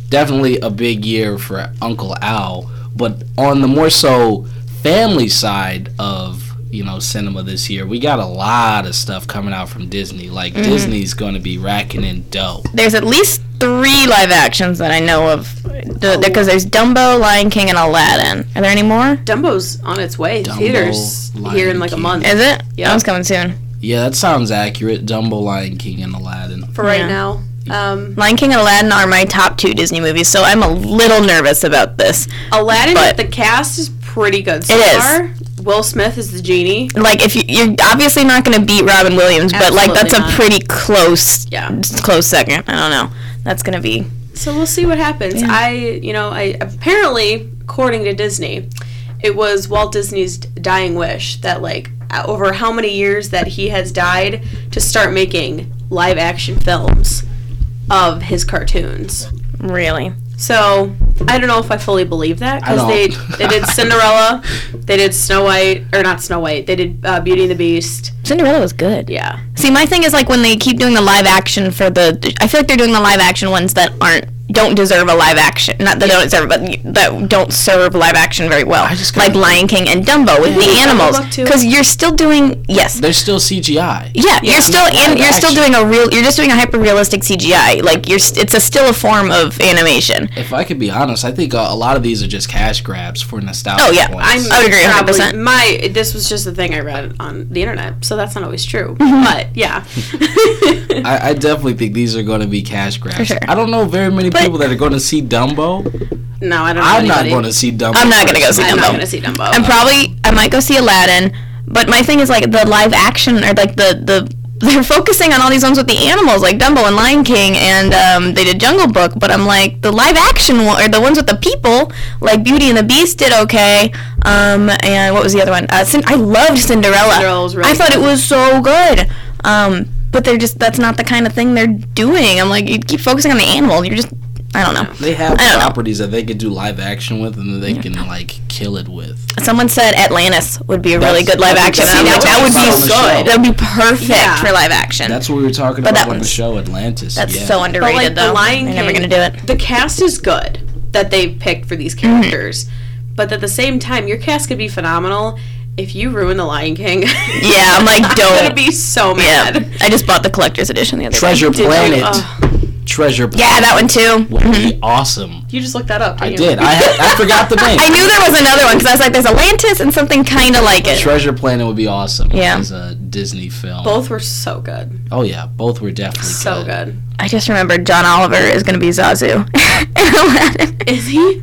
[SPEAKER 1] definitely a big year for Uncle Al. But on the more so family side of you know cinema this year, we got a lot of stuff coming out from Disney. Like
[SPEAKER 2] Mm-hmm.
[SPEAKER 1] Disney's going to be racking in dough.
[SPEAKER 3] There's at least three live actions that I know of. Because there's Dumbo, Lion King, and Aladdin. Are there any more?
[SPEAKER 2] Dumbo's on its way. to
[SPEAKER 1] Dumbo,
[SPEAKER 2] Theaters here
[SPEAKER 1] Lion
[SPEAKER 2] in like a
[SPEAKER 1] King.
[SPEAKER 2] month.
[SPEAKER 3] Is it?
[SPEAKER 2] Yeah.
[SPEAKER 3] That one's coming soon.
[SPEAKER 1] Yeah, that sounds accurate. Dumbo, Lion King, and Aladdin.
[SPEAKER 2] for right
[SPEAKER 3] Yeah.
[SPEAKER 2] now. Um,
[SPEAKER 3] Lion King and Aladdin are my top two Disney movies, so I'm a little nervous about this.
[SPEAKER 2] Aladdin,
[SPEAKER 3] But-
[SPEAKER 2] the cast is pretty good so
[SPEAKER 3] It is.
[SPEAKER 2] far. Will Smith is the genie.
[SPEAKER 3] Like, if you, you're obviously not going to beat Robin Williams, but like that's
[SPEAKER 2] Absolutely
[SPEAKER 3] a
[SPEAKER 2] not.
[SPEAKER 3] pretty close,
[SPEAKER 2] Yeah.
[SPEAKER 3] close second. I don't know. That's going to be
[SPEAKER 2] So we'll see what happens.
[SPEAKER 3] Yeah.
[SPEAKER 2] I, you know, I apparently, according to Disney, it was Walt Disney's dying wish that like uh, over how many years that he has died to start making live action films of his cartoons.
[SPEAKER 3] Really?
[SPEAKER 2] So I don't know if I fully believe that
[SPEAKER 1] I
[SPEAKER 2] because they
[SPEAKER 1] don't.
[SPEAKER 2] they did Cinderella, they did Snow White or not Snow White, they did uh, Beauty and the Beast.
[SPEAKER 3] Cinderella was good.
[SPEAKER 2] Yeah,
[SPEAKER 3] See, my thing is like when they keep doing the live action for the. I feel like they're doing the live action ones that aren't don't deserve a live action. Not that don't deserve, but that don't serve live action very well.
[SPEAKER 1] I just
[SPEAKER 3] like
[SPEAKER 1] kinda-
[SPEAKER 3] Lion King and Dumbo with the
[SPEAKER 2] Dumbo
[SPEAKER 3] animals,
[SPEAKER 2] Book too.
[SPEAKER 3] because you're still doing yes.
[SPEAKER 1] There's still CGI.
[SPEAKER 3] Yeah, you're still
[SPEAKER 1] Live
[SPEAKER 3] in. You're still
[SPEAKER 1] action.
[SPEAKER 3] doing a real. You're just doing a hyper realistic CGI. Like you're. s- It's a still a form of animation.
[SPEAKER 1] If I could be honest, I think uh, a lot of these are just cash grabs for nostalgia.
[SPEAKER 3] Oh, yeah.
[SPEAKER 1] points.
[SPEAKER 2] I'm
[SPEAKER 3] I would agree 100%.
[SPEAKER 2] probably- My this was just a thing I read on the internet, so that's not always true.
[SPEAKER 3] Mm-hmm.
[SPEAKER 2] But yeah,
[SPEAKER 1] I, I definitely think these are going to be cash grabs.
[SPEAKER 3] sure.
[SPEAKER 1] I don't know very many
[SPEAKER 3] But-
[SPEAKER 1] people that are going to see Dumbo.
[SPEAKER 2] no, I don't. Know
[SPEAKER 1] I'm not
[SPEAKER 2] anybody.
[SPEAKER 1] going to see Dumbo.
[SPEAKER 3] I'm not gonna go see
[SPEAKER 2] I'm not
[SPEAKER 3] Dumbo.
[SPEAKER 2] gonna see Dumbo.
[SPEAKER 3] I'm probably I might go see Aladdin, but my thing is like the live action or like the the they're focusing on all these ones with the animals like Dumbo and Lion King and um, they did Jungle Book, but I'm like the live action one, or the ones with the people like Beauty and the Beast did okay, um, and what was the other one? Uh, Cin- I loved Cinderella.
[SPEAKER 2] Cinderella was really
[SPEAKER 3] I thought it was so good. Um, but they're just that's not the kind of thing they're doing. I'm like you keep focusing on the animal. You're just I don't know.
[SPEAKER 1] They have
[SPEAKER 3] I don't know.
[SPEAKER 1] properties that they could do live action with, and that they can like kill it with.
[SPEAKER 3] Someone said Atlantis would be a really
[SPEAKER 1] That's-
[SPEAKER 3] good live
[SPEAKER 1] I think
[SPEAKER 3] action.
[SPEAKER 1] that's
[SPEAKER 3] See,
[SPEAKER 1] what
[SPEAKER 3] that,
[SPEAKER 1] we
[SPEAKER 3] that
[SPEAKER 1] talked
[SPEAKER 3] would be
[SPEAKER 1] about on the
[SPEAKER 3] good. That would be perfect
[SPEAKER 2] Yeah.
[SPEAKER 3] for live action. That's,
[SPEAKER 1] That's what we were talking
[SPEAKER 3] But that
[SPEAKER 1] about on the
[SPEAKER 3] one's-
[SPEAKER 1] show, Atlantis. yeah.
[SPEAKER 3] so underrated,
[SPEAKER 2] like, The
[SPEAKER 3] though.
[SPEAKER 2] Lion
[SPEAKER 3] They're never
[SPEAKER 2] King-
[SPEAKER 3] gonna do it.
[SPEAKER 2] the cast is good that they've picked for these
[SPEAKER 3] Mm-hmm.
[SPEAKER 2] characters, but at the same time, your cast could be phenomenal. If you ruin the Lion King,
[SPEAKER 3] Yeah, I'm like,
[SPEAKER 2] I'm
[SPEAKER 3] don't.
[SPEAKER 2] gonna be so
[SPEAKER 3] Yeah,
[SPEAKER 2] mad.
[SPEAKER 3] I just bought the collector's edition the other day.
[SPEAKER 1] Treasure
[SPEAKER 2] Did you-
[SPEAKER 1] Planet.
[SPEAKER 2] oh,
[SPEAKER 1] Treasure Planet.
[SPEAKER 3] Yeah, Mm-hmm. that one too.
[SPEAKER 1] would be awesome.
[SPEAKER 2] you just looked that up.
[SPEAKER 1] I
[SPEAKER 2] didn't you?
[SPEAKER 1] did. I had, I forgot the name.
[SPEAKER 3] I knew there was another one because I was like, there's Atlantis and something kind of like it.
[SPEAKER 1] Treasure Planet would be awesome.
[SPEAKER 3] Yeah.
[SPEAKER 1] As a Disney film.
[SPEAKER 2] Both were so good,
[SPEAKER 1] Oh yeah, both were definitely
[SPEAKER 2] so good.
[SPEAKER 3] I just remembered John Oliver is gonna be Zazu.
[SPEAKER 2] Is he?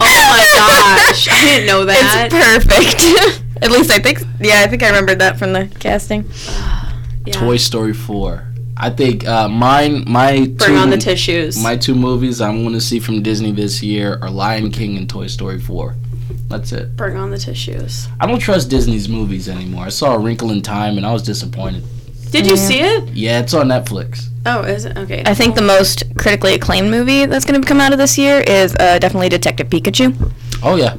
[SPEAKER 2] Oh my gosh, I didn't know that.
[SPEAKER 3] It's perfect. At least I think. Yeah, I think I remembered that from the casting.
[SPEAKER 2] Yeah.
[SPEAKER 1] Toy Story 4. I think uh, mine my
[SPEAKER 2] Bring
[SPEAKER 1] two,
[SPEAKER 2] on the tissues.
[SPEAKER 1] my two movies I'm going to see from Disney this year are Lion King and Toy Story 4. That's it.
[SPEAKER 2] Bring on the tissues.
[SPEAKER 1] I don't trust Disney's movies anymore. I saw A Wrinkle in Time and I was disappointed.
[SPEAKER 2] Did you see it?
[SPEAKER 1] Yeah, it's on Netflix.
[SPEAKER 2] Oh, is it? Okay.
[SPEAKER 3] I think the most critically acclaimed movie that's going to come out of this year is uh, definitely Detective Pikachu.
[SPEAKER 1] Oh yeah.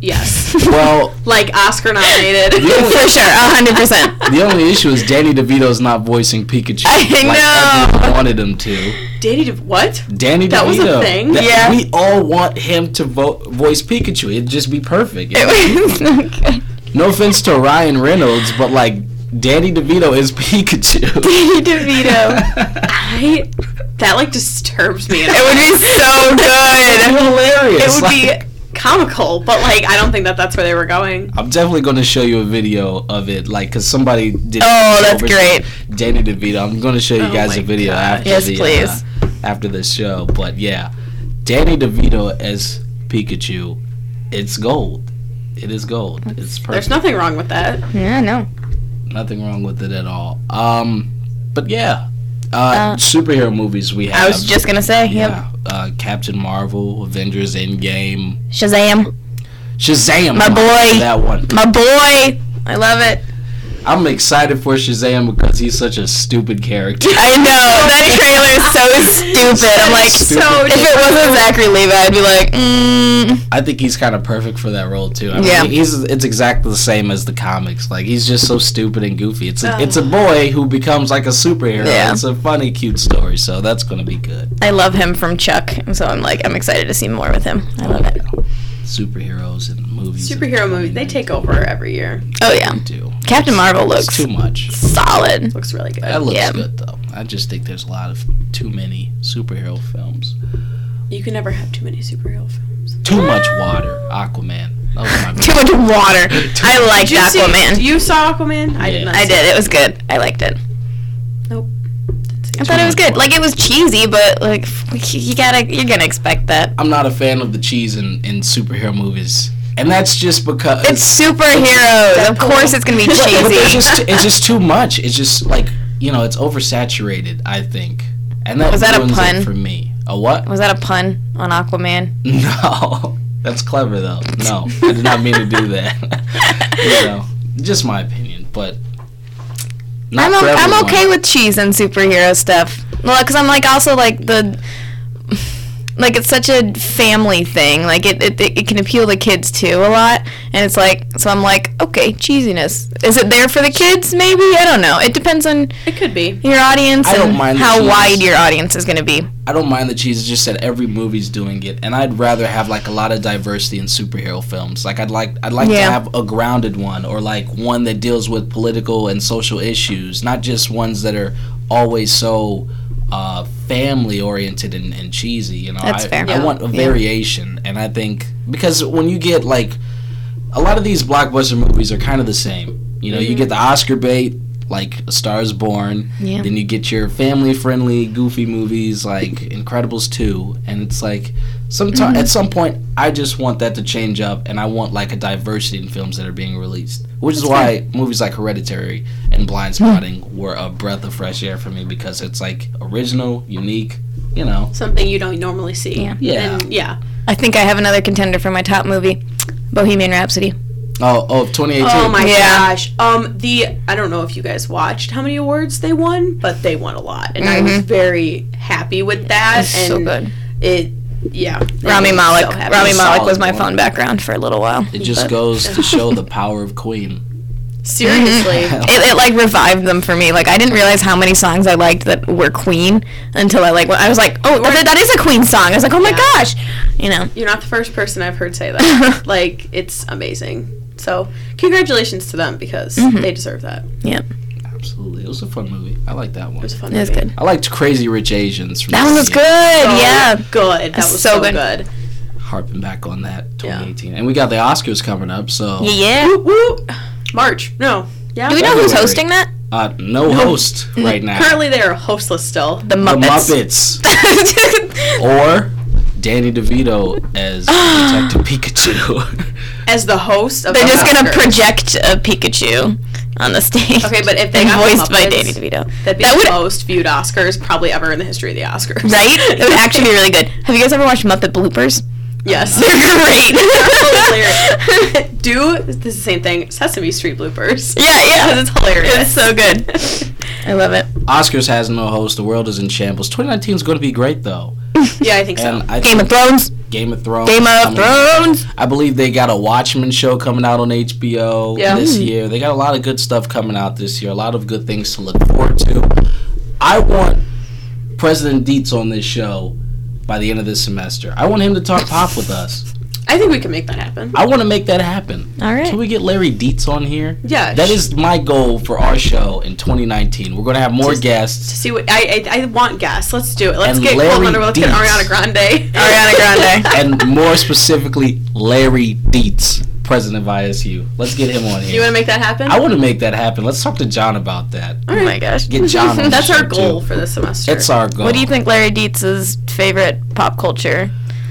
[SPEAKER 2] yes.
[SPEAKER 1] Well,
[SPEAKER 2] Like Oscar nominated.
[SPEAKER 3] For sure, a hundred percent.
[SPEAKER 1] the only issue is Danny DeVito's not voicing Pikachu.
[SPEAKER 3] I
[SPEAKER 1] like
[SPEAKER 3] know.
[SPEAKER 1] everyone wanted him to.
[SPEAKER 2] Danny, De- what?
[SPEAKER 1] Danny
[SPEAKER 2] That
[SPEAKER 1] DeVito.
[SPEAKER 2] was a thing?
[SPEAKER 1] That-
[SPEAKER 3] Yeah.
[SPEAKER 1] We all want him to vo- voice Pikachu. It'd just be perfect.
[SPEAKER 3] okay.
[SPEAKER 1] No offense to Ryan Reynolds, but like Danny DeVito is Pikachu.
[SPEAKER 3] DeVito.
[SPEAKER 2] I. That like disturbs me.
[SPEAKER 3] It would be so good.
[SPEAKER 1] hilarious.
[SPEAKER 2] It would
[SPEAKER 1] Like,
[SPEAKER 2] be comical, but like I don't think that that's where they were going.
[SPEAKER 1] I'm definitely going to show you a video of it, like, cause somebody did.
[SPEAKER 3] Oh, that's
[SPEAKER 1] over
[SPEAKER 3] great.
[SPEAKER 1] Danny DeVito. I'm going to show you
[SPEAKER 2] Oh
[SPEAKER 1] guys a
[SPEAKER 2] my
[SPEAKER 1] video
[SPEAKER 2] gosh.
[SPEAKER 1] after
[SPEAKER 3] Yes,
[SPEAKER 1] the
[SPEAKER 3] please.
[SPEAKER 1] Uh, after the show, but yeah, Danny DeVito as Pikachu, it's gold. It is gold. It's perfect.
[SPEAKER 2] There's nothing wrong with that.
[SPEAKER 3] Yeah, no.
[SPEAKER 1] nothing wrong with it at all. Um, but yeah, uh, superhero movies we have.
[SPEAKER 3] I was just gonna say. Yep.
[SPEAKER 1] Yeah, uh, Captain Marvel, Avengers Endgame,
[SPEAKER 3] Shazam,
[SPEAKER 1] Shazam.
[SPEAKER 3] My boy.
[SPEAKER 1] that one.
[SPEAKER 3] my boy. I love it.
[SPEAKER 1] I'm excited for Shazam because he's such a stupid character.
[SPEAKER 3] I know that trailer is so stupid. I'm like,
[SPEAKER 1] Stupid.
[SPEAKER 3] so. If it wasn't Zachary Levi, I'd be like, mm.
[SPEAKER 1] I think he's kind of perfect for that role too. I mean,
[SPEAKER 3] Yeah.
[SPEAKER 1] he's it's exactly the same as the comics. Like he's just so stupid and goofy. It's a,
[SPEAKER 2] Oh.
[SPEAKER 1] it's a boy who becomes like a superhero.
[SPEAKER 3] Yeah.
[SPEAKER 1] It's a funny, cute story. So that's gonna be good.
[SPEAKER 3] I love him from Chuck, and so I'm like, I'm excited to see more with him. I love it.
[SPEAKER 1] Superheroes and movies. and
[SPEAKER 2] Superhero movies, they take over every year.
[SPEAKER 3] Oh yeah,
[SPEAKER 1] they do.
[SPEAKER 3] Captain Marvel
[SPEAKER 1] Looks
[SPEAKER 3] looks
[SPEAKER 1] too much.
[SPEAKER 3] solid.
[SPEAKER 2] Looks really good.
[SPEAKER 1] That looks
[SPEAKER 3] Yeah.
[SPEAKER 1] good though. I just think there's a lot of too many superhero films.
[SPEAKER 2] You can never have too many superhero films.
[SPEAKER 1] Too much water, Aquaman. That was
[SPEAKER 3] Too much water. I liked
[SPEAKER 2] Did you see-
[SPEAKER 3] Aquaman.
[SPEAKER 2] you saw Aquaman? I did
[SPEAKER 1] Yeah.
[SPEAKER 2] not.
[SPEAKER 3] I
[SPEAKER 2] see
[SPEAKER 3] did. It was good. I liked it.
[SPEAKER 2] Nope.
[SPEAKER 3] I thought it was good. Like it was cheesy, but like you you gotta, you're gonna expect that.
[SPEAKER 1] I'm not a fan of the cheese in, in superhero movies, and that's just because
[SPEAKER 3] It's superheroes. Of course, it's gonna be
[SPEAKER 1] But there's
[SPEAKER 3] cheesy.
[SPEAKER 1] just it's just too much. It's just like you know, it's oversaturated. I think, and that
[SPEAKER 3] Was that a
[SPEAKER 1] ruins it
[SPEAKER 3] pun?
[SPEAKER 1] for me? A what?
[SPEAKER 3] Was that a pun on Aquaman?
[SPEAKER 1] No. That's clever though. No, I did not mean to do that. you know, just my opinion, but not
[SPEAKER 3] I'm,
[SPEAKER 1] for
[SPEAKER 3] o- I'm
[SPEAKER 1] everyone.
[SPEAKER 3] okay with cheese and superhero stuff. Well, because I'm like also like the like it's such a family thing. Like it, it it can appeal to kids too a lot, and it's like so I'm like okay cheesiness. Is it there for the kids? Maybe I don't know. It depends on
[SPEAKER 2] It could be.
[SPEAKER 3] your audience
[SPEAKER 1] I don't
[SPEAKER 3] and
[SPEAKER 1] mind the
[SPEAKER 3] how
[SPEAKER 1] cheese.
[SPEAKER 3] wide your audience is going to be.
[SPEAKER 1] I don't mind the cheese. It's just that every movie's doing it, and I'd rather have like a lot of diversity in superhero films. Like I'd like I'd like to
[SPEAKER 3] Yeah.
[SPEAKER 1] have a grounded one, or like one that deals with political and social issues, not just ones that are always so uh, family oriented and, and cheesy. You know,
[SPEAKER 3] That's
[SPEAKER 1] I,
[SPEAKER 3] fair.
[SPEAKER 1] I want a
[SPEAKER 3] Yeah.
[SPEAKER 1] variation, and I think because when you get like a lot of these blockbuster movies are kind of the same. You know,
[SPEAKER 3] Mm-hmm.
[SPEAKER 1] you get the Oscar bait. Like A Star is Born,
[SPEAKER 3] Yeah.
[SPEAKER 1] then you get your family-friendly, goofy movies like Incredibles 2, and it's like sometime
[SPEAKER 3] Mm-hmm.
[SPEAKER 1] at some point I just want that to change up, and I want like a diversity in films that are being released, which is why movies like Hereditary and Blind
[SPEAKER 3] Hmm.
[SPEAKER 1] Spotting were a breath of fresh air for me because it's like original, unique, you know.
[SPEAKER 2] Something you don't normally see.
[SPEAKER 3] Yeah.
[SPEAKER 1] Yeah.
[SPEAKER 2] And yeah.
[SPEAKER 3] I think I have another contender for my top movie, Bohemian Rhapsody.
[SPEAKER 1] Oh, oh, 2018.
[SPEAKER 2] Oh my
[SPEAKER 3] Yeah.
[SPEAKER 2] gosh. Um the I don't know if you guys watched how many awards they won, but they won a lot. And I was very happy with that.
[SPEAKER 3] Mm-hmm. It's
[SPEAKER 2] and
[SPEAKER 3] so good.
[SPEAKER 2] It yeah.
[SPEAKER 3] Rami
[SPEAKER 2] I'm
[SPEAKER 3] Malek.
[SPEAKER 2] so happy.
[SPEAKER 3] Rami Malek was
[SPEAKER 1] Solid
[SPEAKER 3] my
[SPEAKER 1] one.
[SPEAKER 3] phone background for a little while.
[SPEAKER 1] It just
[SPEAKER 3] but-
[SPEAKER 1] goes to show the power of Queen.
[SPEAKER 2] Seriously.
[SPEAKER 3] it, it like revived them for me. Like I didn't realize how many songs I liked that were Queen until I like I was like, oh, that, that is a Queen song. I was like, oh my
[SPEAKER 2] Yeah.
[SPEAKER 3] gosh, you know.
[SPEAKER 2] You're not the first person I've heard say that. like, it's amazing. So, congratulations to them because
[SPEAKER 3] Mm-hmm.
[SPEAKER 2] they deserve that. It
[SPEAKER 1] Absolutely, it was a fun movie. I like that one.
[SPEAKER 2] was a fun.
[SPEAKER 3] It was
[SPEAKER 2] movie.
[SPEAKER 3] good.
[SPEAKER 1] I liked Crazy Rich Asians. From
[SPEAKER 3] That one was
[SPEAKER 1] 2018.
[SPEAKER 3] good.
[SPEAKER 2] So
[SPEAKER 3] yeah.
[SPEAKER 2] Oh, good. That
[SPEAKER 3] That's
[SPEAKER 2] was
[SPEAKER 3] so
[SPEAKER 2] so,
[SPEAKER 3] good.
[SPEAKER 2] good.
[SPEAKER 1] harping back on that
[SPEAKER 2] Yeah.
[SPEAKER 1] 2018. And we got the Oscars coming up, so
[SPEAKER 3] Yeah. Yeah.
[SPEAKER 2] Whoop, whoop. March. No. Yeah.
[SPEAKER 3] Do we know who's
[SPEAKER 1] February.
[SPEAKER 3] hosting that?
[SPEAKER 1] uh, no host right now.
[SPEAKER 2] Currently, they are hostless still.
[SPEAKER 3] The
[SPEAKER 1] the
[SPEAKER 3] Mm-hmm. Muppets.
[SPEAKER 1] Muppets. or Danny DeVito as Detective Pikachu.
[SPEAKER 2] As the host of
[SPEAKER 3] They're
[SPEAKER 2] the
[SPEAKER 3] just gonna
[SPEAKER 2] Oscars.
[SPEAKER 3] project a Pikachu on the stage.
[SPEAKER 2] Okay, but if they
[SPEAKER 3] and
[SPEAKER 2] got the
[SPEAKER 3] voiced by
[SPEAKER 2] Muppets,
[SPEAKER 3] Danny DeVito,
[SPEAKER 2] That'd be
[SPEAKER 3] that
[SPEAKER 2] the
[SPEAKER 3] would
[SPEAKER 2] most viewed Oscars probably ever in the history of the Oscars.
[SPEAKER 3] right. It would actually be really good. Have you guys ever watched Muppet bloopers?
[SPEAKER 2] Yes.
[SPEAKER 3] They're great.
[SPEAKER 2] hilarious. Do this is the same thing. Sesame Street bloopers.
[SPEAKER 3] yeah, yeah,
[SPEAKER 2] It's hilarious.
[SPEAKER 3] It's so good. I love it.
[SPEAKER 1] Oscars has no host. The world is in shambles. 2019 is going to be great though.
[SPEAKER 2] yeah, I think so.
[SPEAKER 1] And I
[SPEAKER 3] Game of
[SPEAKER 1] think
[SPEAKER 3] Thrones.
[SPEAKER 1] Game of Thrones.
[SPEAKER 3] Game
[SPEAKER 1] is
[SPEAKER 3] of
[SPEAKER 1] coming-
[SPEAKER 3] Thrones.
[SPEAKER 1] I believe they got a Watchmen show coming out on HBO
[SPEAKER 2] Yeah. Mm-hmm.
[SPEAKER 1] this year. They got a lot of good stuff coming out this year. A lot of good things to look forward to. I want President Dietz on this show by the end of this semester. I want him to talk pop with us.
[SPEAKER 2] I think we can make that happen.
[SPEAKER 1] I want to make that happen.
[SPEAKER 3] All right.
[SPEAKER 1] Can we get Larry Dietz on here?
[SPEAKER 2] Yeah.
[SPEAKER 1] That is my goal for our show in 2019. We're going to have more
[SPEAKER 2] Just-
[SPEAKER 1] guests.
[SPEAKER 2] to see what I I, I want guests. Let's do it. Let's
[SPEAKER 1] And
[SPEAKER 2] get
[SPEAKER 1] Larry
[SPEAKER 2] Cole Underwood. Let's get
[SPEAKER 1] Deeds.
[SPEAKER 2] Ariana Grande.
[SPEAKER 3] Ariana Grande.
[SPEAKER 1] and more specifically, Larry Dietz, president of ISU. Let's get him on
[SPEAKER 2] You
[SPEAKER 1] here.
[SPEAKER 2] want to make that happen?
[SPEAKER 1] I want to make that happen. Let's talk to John about that.
[SPEAKER 3] Oh my gosh.
[SPEAKER 1] Get John. on the
[SPEAKER 2] That's our
[SPEAKER 1] show,
[SPEAKER 2] goal
[SPEAKER 1] too.
[SPEAKER 2] for this semester.
[SPEAKER 1] It's our goal.
[SPEAKER 3] What do you think Larry Dietz's favorite pop culture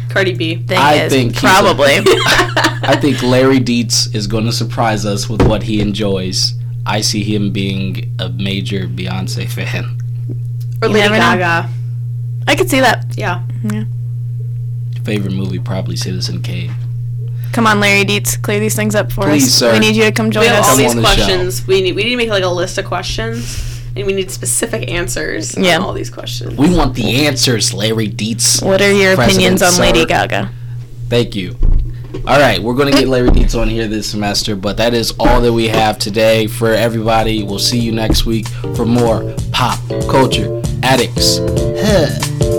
[SPEAKER 2] Cardi B.
[SPEAKER 3] thing
[SPEAKER 1] I
[SPEAKER 3] is?
[SPEAKER 1] think he's a-
[SPEAKER 3] Probably.
[SPEAKER 1] I think Larry Dietz is going to surprise us with what he enjoys. I see him being a major Beyonce fan.
[SPEAKER 2] Or
[SPEAKER 3] You
[SPEAKER 2] Lady
[SPEAKER 3] never know.
[SPEAKER 2] Gaga.
[SPEAKER 3] I could see that.
[SPEAKER 2] Yeah.
[SPEAKER 1] Favorite movie probably Citizen Kane.
[SPEAKER 3] Come on, Larry Dietz, clear these things up for
[SPEAKER 1] Please,
[SPEAKER 3] us.
[SPEAKER 1] sir.
[SPEAKER 3] We need you to come join
[SPEAKER 2] we have
[SPEAKER 3] us.
[SPEAKER 2] all
[SPEAKER 1] Come
[SPEAKER 2] these
[SPEAKER 1] on the show.
[SPEAKER 2] questions. We need we need to make like a list of questions, and we need specific answers
[SPEAKER 3] Yeah.
[SPEAKER 2] on all these questions.
[SPEAKER 1] We want the answers, Larry Dietz.
[SPEAKER 3] What are your
[SPEAKER 1] President,
[SPEAKER 3] opinions on Lady
[SPEAKER 1] sir.
[SPEAKER 3] Gaga?
[SPEAKER 1] Thank you. All right, we're going to get Larry Dietz on here this semester, but that is all that we have today for everybody. We'll see you next week for more pop culture addicts. Huh.